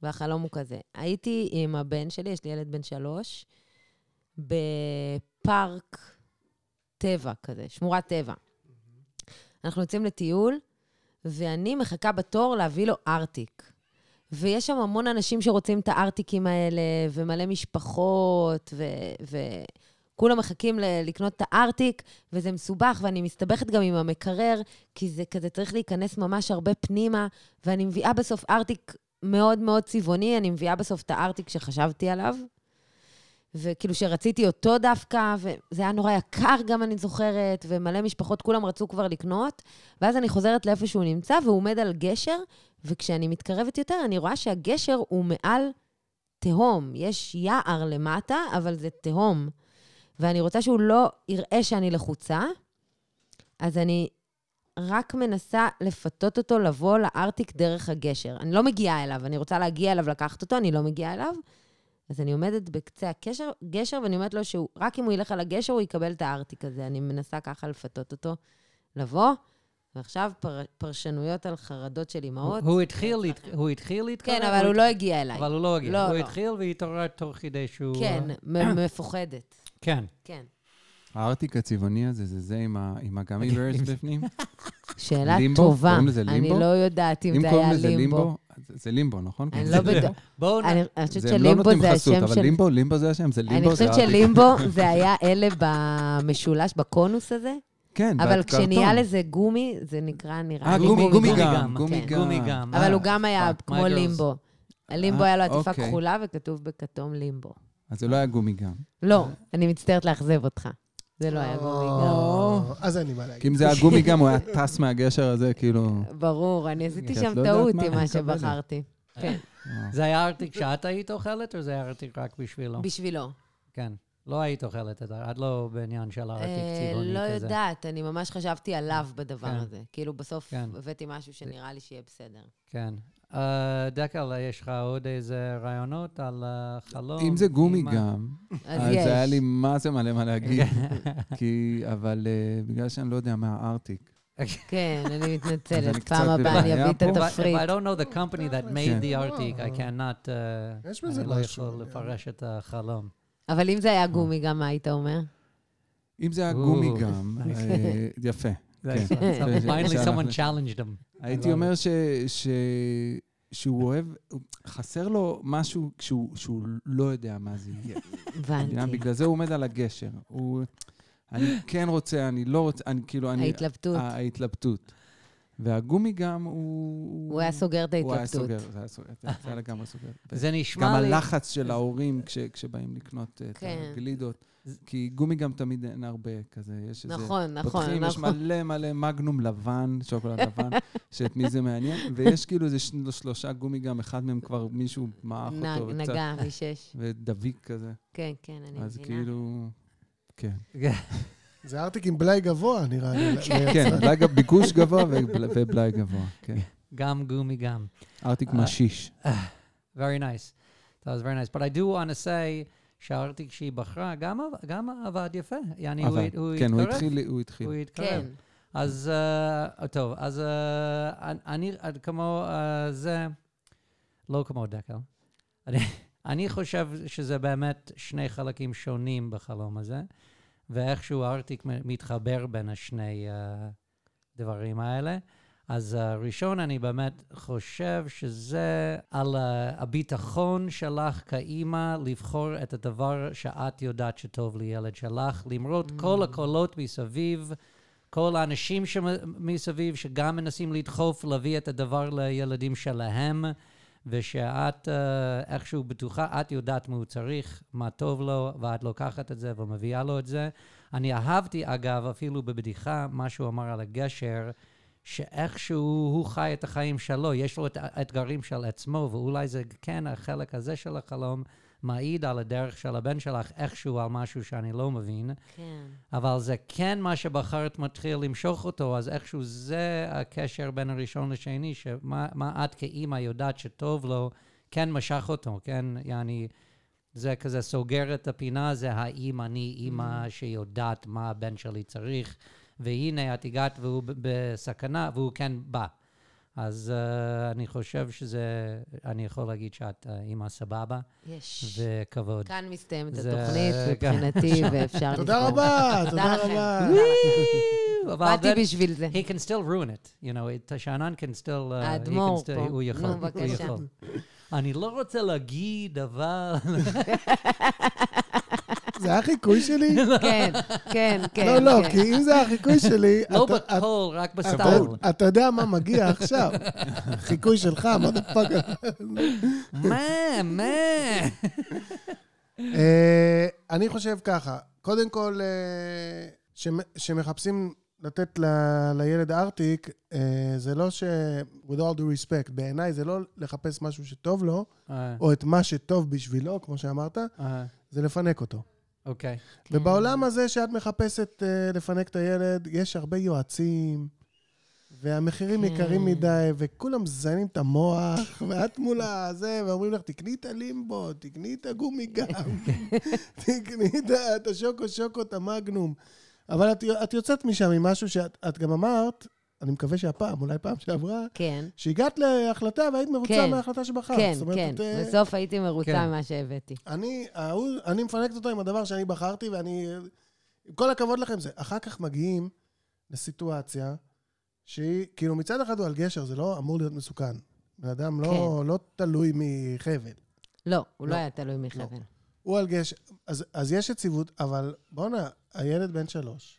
S5: והחלום הוא כזה. הייתי עם הבן שלי, יש לי ילד בן שלוש, בפארק טבע כזה, שמורת טבע. אנחנו יוצאים לטיול, ואני מחכה בתור להביא לו ארטיק. ויש שם המון אנשים שרוצים את הארטיקים האלה, ומלא משפחות, ו... ו... כולם מחכים ל- לקנות את הארטיק, וזה מסובך, ואני מסתבכת גם עם המקרר, כי זה כזה צריך להיכנס ממש הרבה פנימה, ואני מביאה בסוף ארטיק מאוד מאוד צבעוני, אני מביאה בסוף את הארטיק שחשבתי עליו, וכאילו שרציתי אותו דווקא, וזה היה נורא יקר גם, אני זוכרת, ומלא משפחות, כולם רצו כבר לקנות, ואז אני חוזרת לאיפה שהוא נמצא, והוא עומד על גשר, וכשאני מתקרבת יותר, אני רואה שהגשר הוא מעל תהום. יש יער למטה, אבל זה תהום. ואני רוצה שהוא לא יראה שאני לחוצה, אז אני רק מנסה לפתות אותו לבוא לארטיק דרך הגשר. אני לא מגיעה אליו, אני רוצה להגיע אליו, לקחת אותו, אני לא מגיעה אליו. אז אני עומדת בקצה הקשר, גשר, ואני אומרת לו שהוא, רק אם הוא ילך על הגשר, הוא יקבל את הארטיק הזה. אני מנסה ככה לפתות אותו לבוא. ועכשיו פר, פרשנויות על חרדות של אימהות.
S4: הוא התחיל להת- הוא התחיל להתקרב.
S5: כן, אבל הוא לא הגיע אליי.
S4: אבל הוא לא הגיע.
S5: לא,
S4: הוא
S5: לא.
S4: התחיל והתעורר תוך כדי שהוא...
S5: כן,
S4: אה,
S5: מ- מפוחדת.
S4: כן.
S5: כן.
S2: הארטיק הצבעוני הזה, זה זה עם ה- עם הגאמי ברס בפנים?
S5: שאלה
S2: לימבו?
S5: טובה.
S2: קוראים לזה
S5: אני
S2: לימבו?
S5: לא יודעת אם
S2: אם
S5: זה
S2: קוראים
S5: היה
S2: לזה
S5: לימבו.
S2: לימבו, זה- זה לימבו, נכון?
S5: אני
S2: קוראים
S5: לא
S2: לזה לימבו?
S5: בטוחה.
S4: בואו נ...
S5: אני אני חושבת
S2: זה הם לא
S5: שלימבו
S2: נותנים
S5: זה
S2: חסות,
S5: השם
S2: אבל
S5: של...
S2: לימבו, לימבו זה השם, זה
S5: אני
S2: לימבו, זה
S5: חושבת
S2: הארטיק.
S5: שלימבו זה היה אלה במשולש, בקונוס הזה,
S2: כן,
S5: אבל
S2: ואת
S5: כשנהיה
S2: קרטון.
S5: לזה גומי, זה נקרא נראה
S2: אה,
S5: לי
S2: גומי,
S5: לימבו.
S2: גומי
S4: גומי
S2: גם,
S4: גם,
S2: גומי
S5: כן.
S2: גם.
S4: גומי גם.
S5: אבל
S4: אה,
S5: הוא גם היה
S4: fuck, my
S5: כמו
S4: girls.
S5: לימבו. הלימבו היה לו עטיפה
S2: אוקיי.
S5: כחולה וכתוב בכתום לימבו.
S2: אז זה לא היה גומי גם.
S5: לא, אני מצטערת לאכזב אותך. זה לא היה גומי גם.
S1: או, אה, אז אין לי מה
S2: כי
S1: להגיד.
S2: אם זה היה גומי גם, הוא היה טס מהגשר הזה, כאילו...
S5: ברור, אני עשיתי
S2: את
S5: שם
S2: לא יודעת
S5: טעות
S2: מה
S5: עם
S2: אני
S5: מה
S2: מקבלת.
S5: שבחרתי. כן,
S4: זה היה ארטיק שאת היית אוכלת, או זה היה ארטיק רק
S2: לא.
S4: בשבילו?
S5: בשבילו.
S4: כן. לא היית אוכלת את זה, את לא בעניין של ארטיק
S5: אה,
S4: צבעוני
S5: לא
S4: כזה.
S5: יודעת, אני ממש חשבתי עליו
S2: אה,
S5: בדבר
S4: כן.
S5: הזה. כאילו, בסוף
S4: כן.
S5: הבאתי משהו שנראה לי שיהיה בסדר.
S4: כן. אה, דקל, יש לך עוד איזה רעיונות על אה, חלום?
S2: אם זה גומי
S4: עם ה-
S2: גם,
S5: לא, אז
S2: אז
S5: יש.
S2: היה לי מה זה מלא מה להגיד. כי, אבל אה, בגלל שאני לא יודע מה הארטיק.
S5: כן, אני
S2: אז אני
S5: מתנצלת.
S2: קצת
S5: פעם הבאה אני
S2: בבעיה
S5: אביא את
S2: פה.
S4: If I-
S5: התפריט.
S4: If I don't know the company that
S2: כן.
S4: made the Arctic, I cannot... uh, אה,
S1: יש בזה
S4: אני לא
S1: משהו.
S4: יכול לפרש את החלום.
S5: אבל אם זה
S2: אה.
S5: היה גומי, גם מה היית אומר?
S2: אם זה היה
S4: או.
S2: גומי גם, אה, יפה.
S4: That's-
S2: כן.
S4: finally
S2: זה-
S4: someone
S2: זה-
S4: challenged them.
S2: הייתי אומר ש... ש- שהוא אוהב, חסר לו משהו שהוא שהוא לא יודע מה זה יהיה. מבינה?
S5: הבנתי.
S2: בגלל זה הוא עומד על הגשר. הוא... אני כן רוצה, אני לא רוצה, אני כאילו, אני...
S5: ההתלבטות.
S2: ההתלבטות. והגומי גם, הוא...
S5: הוא היה סוגר את
S2: הוא היה
S5: ההתלבטות.
S2: סוגר, זה היה סוגר, כן, זה היה לגמרי סוגר.
S4: זה נשמע
S2: גם
S4: לי...
S2: הלחץ של ההורים כש- כשבאים לקנות אה, את
S5: כן.
S2: הגלידות. כי גומי גם תמיד אין הרבה כזה, יש איזה...
S5: נכון, נכון,
S2: פותחים, יש
S5: נכון.
S2: מלא מלא מגנום לבן, שוקולד לבן, שאת מי זה מעניין, ויש כאילו איזה של- שלושה גומי גם, אחד מהם כבר מישהו מעך אותו,
S5: נ-
S2: וקצת,
S5: נגע משש.
S2: ודביק כזה.
S5: כן, כן, אני
S2: אז
S5: מבינה.
S2: כאילו... כן,
S1: זה ארטיק עם בלאי גבוה, נראה לי.
S2: כן, בלאי גב- ביקוש גבוה ובל- ובלאי גבוה, כן.
S4: גם גומי גם.
S2: ארטיק משיש.
S4: Very nice. That was very nice. But I do want to say שהארטיק שהיא בחרה, גם, עב- גם עבד יפה. יעני, הוא,
S2: אבל,
S4: הת- הוא
S2: כן, הוא
S4: התקרב.
S2: התחיל, הוא התחיל.
S4: הוא התקרב.
S5: כן.
S4: אז אה, טוב, אז אה, אני, אני- כמו אה, זה, לא כמו דקל. אני- אני חושב שזה באמת שני חלקים שונים בחלום הזה, ואיכשהו הארטיק מ- מתחבר בין השני הדברים האלה. אז הראשון, אני באמת חושב שזה על ה- הביטחון שלך כאימא לבחור את הדבר שאת יודעת שטוב לילד שלך, למרות כל הקולות מסביב, כל האנשים שמסביב, שגם מנסים לדחוף להביא את הדבר לילדים שלהם, ושאת אה, איכשהו בטוחה, את יודעת מה הוא צריך, מה טוב לו, ואת לוקחת את זה ומביאה לו את זה. אני אהבתי, אגב, אפילו בבדיחה, מה שהוא אמר על הגשר, שאיכשהו הוא חי את החיים שלו, יש לו את האתגרים של עצמו, ואולי זה כן החלק הזה של החלום מעיד על הדרך של הבן שלך איכשהו על משהו שאני לא מבין.
S5: כן.
S4: אבל זה כן מה שבחרת מתחיל למשוך אותו, אז איכשהו זה הקשר בין הראשון לשני, שמה מה את כאימא יודעת שטוב לו, כן משך אותו, כן? יעני, זה כזה סוגר את הפינה, זה האם אני אימא שיודעת מה הבן שלי צריך, והנה את הגעת והוא ב- בסכנה, והוא כן בא. אז uh, אני חושב שזה, אני יכול להגיד שאת uh, אימא סבבה,
S5: יש.
S4: וכבוד.
S5: כאן מסתיימת
S4: זה-
S5: התוכנית
S4: כן.
S5: מבחינתי, ואפשר...
S1: תודה
S5: לסגור.
S1: רבה,
S5: תודה
S1: תודה
S5: לכם.
S1: רבה.
S4: אבל
S5: באתי
S4: then-
S5: בשביל זה.
S4: He can still ruin it, you know, it, שאנן can still... Uh, he can
S5: האדמו"ר
S4: still,
S5: פה.
S4: הוא יכול,
S5: נו,
S4: הוא
S5: בבקשה.
S4: יכול. אני לא רוצה להגיד, אבל...
S1: זה היה חיקוי שלי?
S5: כן, כן, כן.
S1: לא, לא,
S5: כן.
S1: כי אם זה החיקוי שלי,
S4: לא
S1: אתה- אתה-
S4: בקול, רק
S1: אתה-
S4: בסטייל.
S1: אתה יודע מה מגיע עכשיו. חיקוי שלך, מה אתה פאק?
S4: מה, מה?
S1: אה, אני חושב ככה, קודם כל, אה, שמ- שמחפשים לתת ל- לילד ארטיק, אה, זה לא ש... with all due respect, בעיניי זה לא לחפש משהו שטוב לו,
S4: אה,
S1: או את מה שטוב בשבילו, כמו שאמרת,
S4: אה,
S1: זה לפנק אותו.
S4: אוקיי.
S1: ובעולם הזה שאת מחפשת אה, לפנק את הילד, יש הרבה יועצים, והמחירים
S5: כן.
S1: יקרים מדי, וכולם מזיינים את המוח, ואת מול הזה, ואומרים לך, תקני את הלימבו, תקני את הגומי גם, תקני את ה- את השוקו שוקו, את המגנום. אבל את, את יוצאת משם עם משהו שאת את גם אמרת, אני מקווה שהפעם, אולי פעם שעברה,
S5: כן,
S1: שהגעת להחלטה והיית מרוצה
S5: כן.
S1: מההחלטה שבחרת.
S5: כן,
S1: זאת אומרת,
S5: כן.
S1: את, אה,
S5: בסוף הייתי מרוצה
S4: כן.
S5: ממה שהבאתי.
S1: אני, ההוא, אני מפנקת אותו עם הדבר שאני בחרתי, ואני... עם כל הכבוד לכם, זה... אחר כך מגיעים לסיטואציה שהיא, כאילו, מצד אחד הוא על גשר, זה לא אמור להיות מסוכן. בן אדם לא, לא תלוי מחבל.
S5: לא, הוא לא
S1: לא.
S5: היה תלוי מחבל.
S1: הוא על גשר, אז, אז יש יציבות, אבל בואנה, הילד בן שלוש,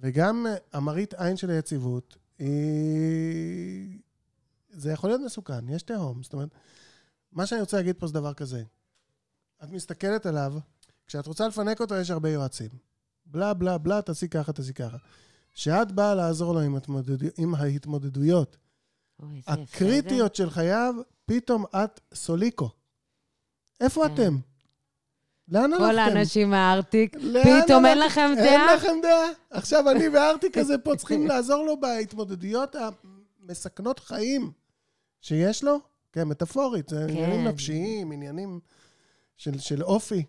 S1: וגם אה, המראית עין של היציבות, היא... זה יכול להיות מסוכן, יש תהום. זאת אומרת, מה שאני רוצה להגיד פה זה דבר כזה. את מסתכלת עליו, כשאת רוצה לפנק אותו, יש הרבה יועצים. בלה, בלה, בלה, תעשי ככה, תעשי ככה. כשאת באה לעזור לו עם, התמודדו... עם ההתמודדויות
S5: אוי, איזה יפה
S1: הקריטיות של חייו, פתאום את סוליקו. איפה
S5: כן.
S1: אתם? לאן
S5: זה.
S1: הלכתם?
S5: כל האנשים מהארטיק,
S1: לאן
S5: פתאום אין
S1: הלכ-
S5: לכם
S1: לא, אין
S5: דעה?
S1: לכם דעה. עכשיו אני וארטיק כזה פה צריכים לעזור לו בהתמודדויות המסכנות חיים שיש לו. כן, מטאפורית, זה עניינים נפשיים, עניינים של, של אופי.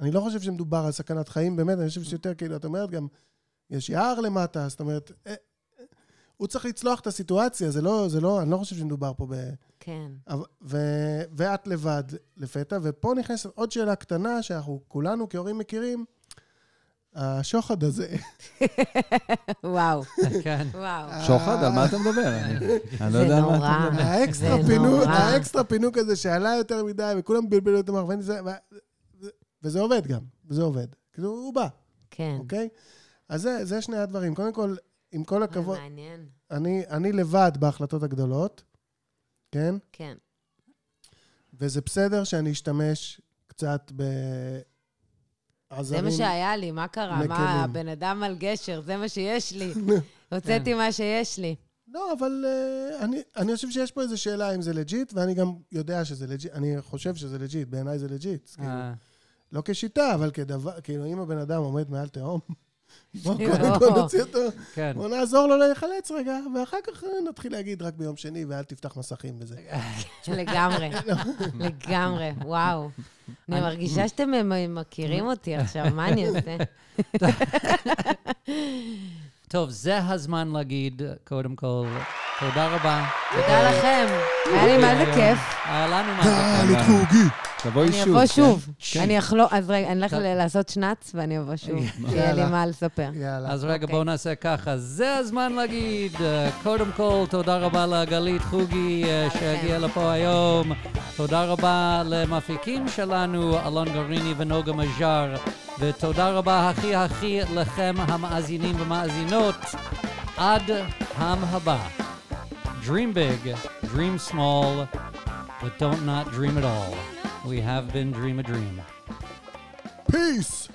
S1: אני לא חושב שמדובר על סכנת חיים, באמת, אני חושב שיותר, כאילו, את אומרת גם, יש יער למטה, זאת אומרת, אה, אה, הוא צריך לצלוח את הסיטואציה, זה לא, זה לא, אני לא חושב שמדובר פה ב...
S5: כן.
S1: אבל- ו- ואת לבד לפתע, ופה נכנסת עוד שאלה קטנה שאנחנו כולנו כהורים מכירים, השוחד הזה.
S5: וואו,
S4: כן.
S5: וואו.
S1: אה,
S2: שוחד, על מה אתה מדבר? אני- אני לא
S5: זה
S2: יודע על מה
S5: נורא.
S2: אתה מדבר.
S1: האקסטרה
S5: זה
S1: פינוק,
S5: נורא.
S1: האקסטרה פינוק הזה שעלה יותר מדי, וכולם בלבלו את המוח, ואין זה- ו- וזה עובד גם, וזה עובד. כאילו, הוא בא,
S5: כן.
S1: אוקיי? אז זה, זה שני הדברים. קודם כל, עם כל
S5: אוי,
S1: הכבוד,
S5: אה, מעניין.
S1: אני, אני לבד בהחלטות הגדולות, כן?
S5: כן.
S1: וזה בסדר שאני אשתמש קצת
S5: זה
S1: בעזרים.
S5: מה שהיה לי, מה קרה?
S1: לכלים.
S5: מה, הבן אדם על גשר, זה מה שיש לי.
S2: כן.
S5: הוצאתי מה שיש לי.
S1: לא, אבל uh, אני, אני חושב שיש פה איזו שאלה אם זה לג'יט, ואני גם יודע שזה לג'יט, אני חושב שזה לג'יט, בעיניי זה לג'יט. כאילו,
S4: אה,
S1: לא כשיטה, אבל כדבר, כאילו, אם הבן אדם עומד מעל תהום, בוא
S5: יואו.
S1: קודם כל נוציא אותו,
S4: לא. כן.
S1: בוא נעזור לו להיחלץ רגע, ואחר כך אה, נתחיל להגיד רק ביום שני, ואל תפתח מסכים וזה.
S5: לגמרי, לגמרי, וואו. אני מרגישה שאתם אה, מ- מכירים אותי עכשיו, מה אני אעשה?
S4: טוב, זה הזמן להגיד, קודם כל, תודה רבה.
S5: תודה לכם. היה לי מה
S4: אה,
S5: זה כיף.
S4: היה לנו מה זה כיף.
S2: תבואי
S5: אני
S2: שוב.
S5: אבוא
S2: כן?
S5: שוב.
S2: כן.
S5: אני אחלום, אז רגע, אני אלך
S4: טוב.
S5: ל- לעשות שנץ ואני אבוא שוב. שיהיה לי
S1: יאללה.
S5: מה לספר.
S1: יאללה.
S4: אז רגע,
S5: אוקיי.
S4: בואו נעשה ככה. זה הזמן להגיד, אה, קודם כל, תודה רבה לגלית חוגי אה, שהגיעה לפה היום. תודה רבה למפיקים שלנו, אלון גריני ונוגה מז'אר. ותודה רבה הכי הכי לכם, המאזינים ומאזינות. עד פעם הבאה. Dream big, dream small, but don't not dream at all. We have been dream a dream.
S1: פיס!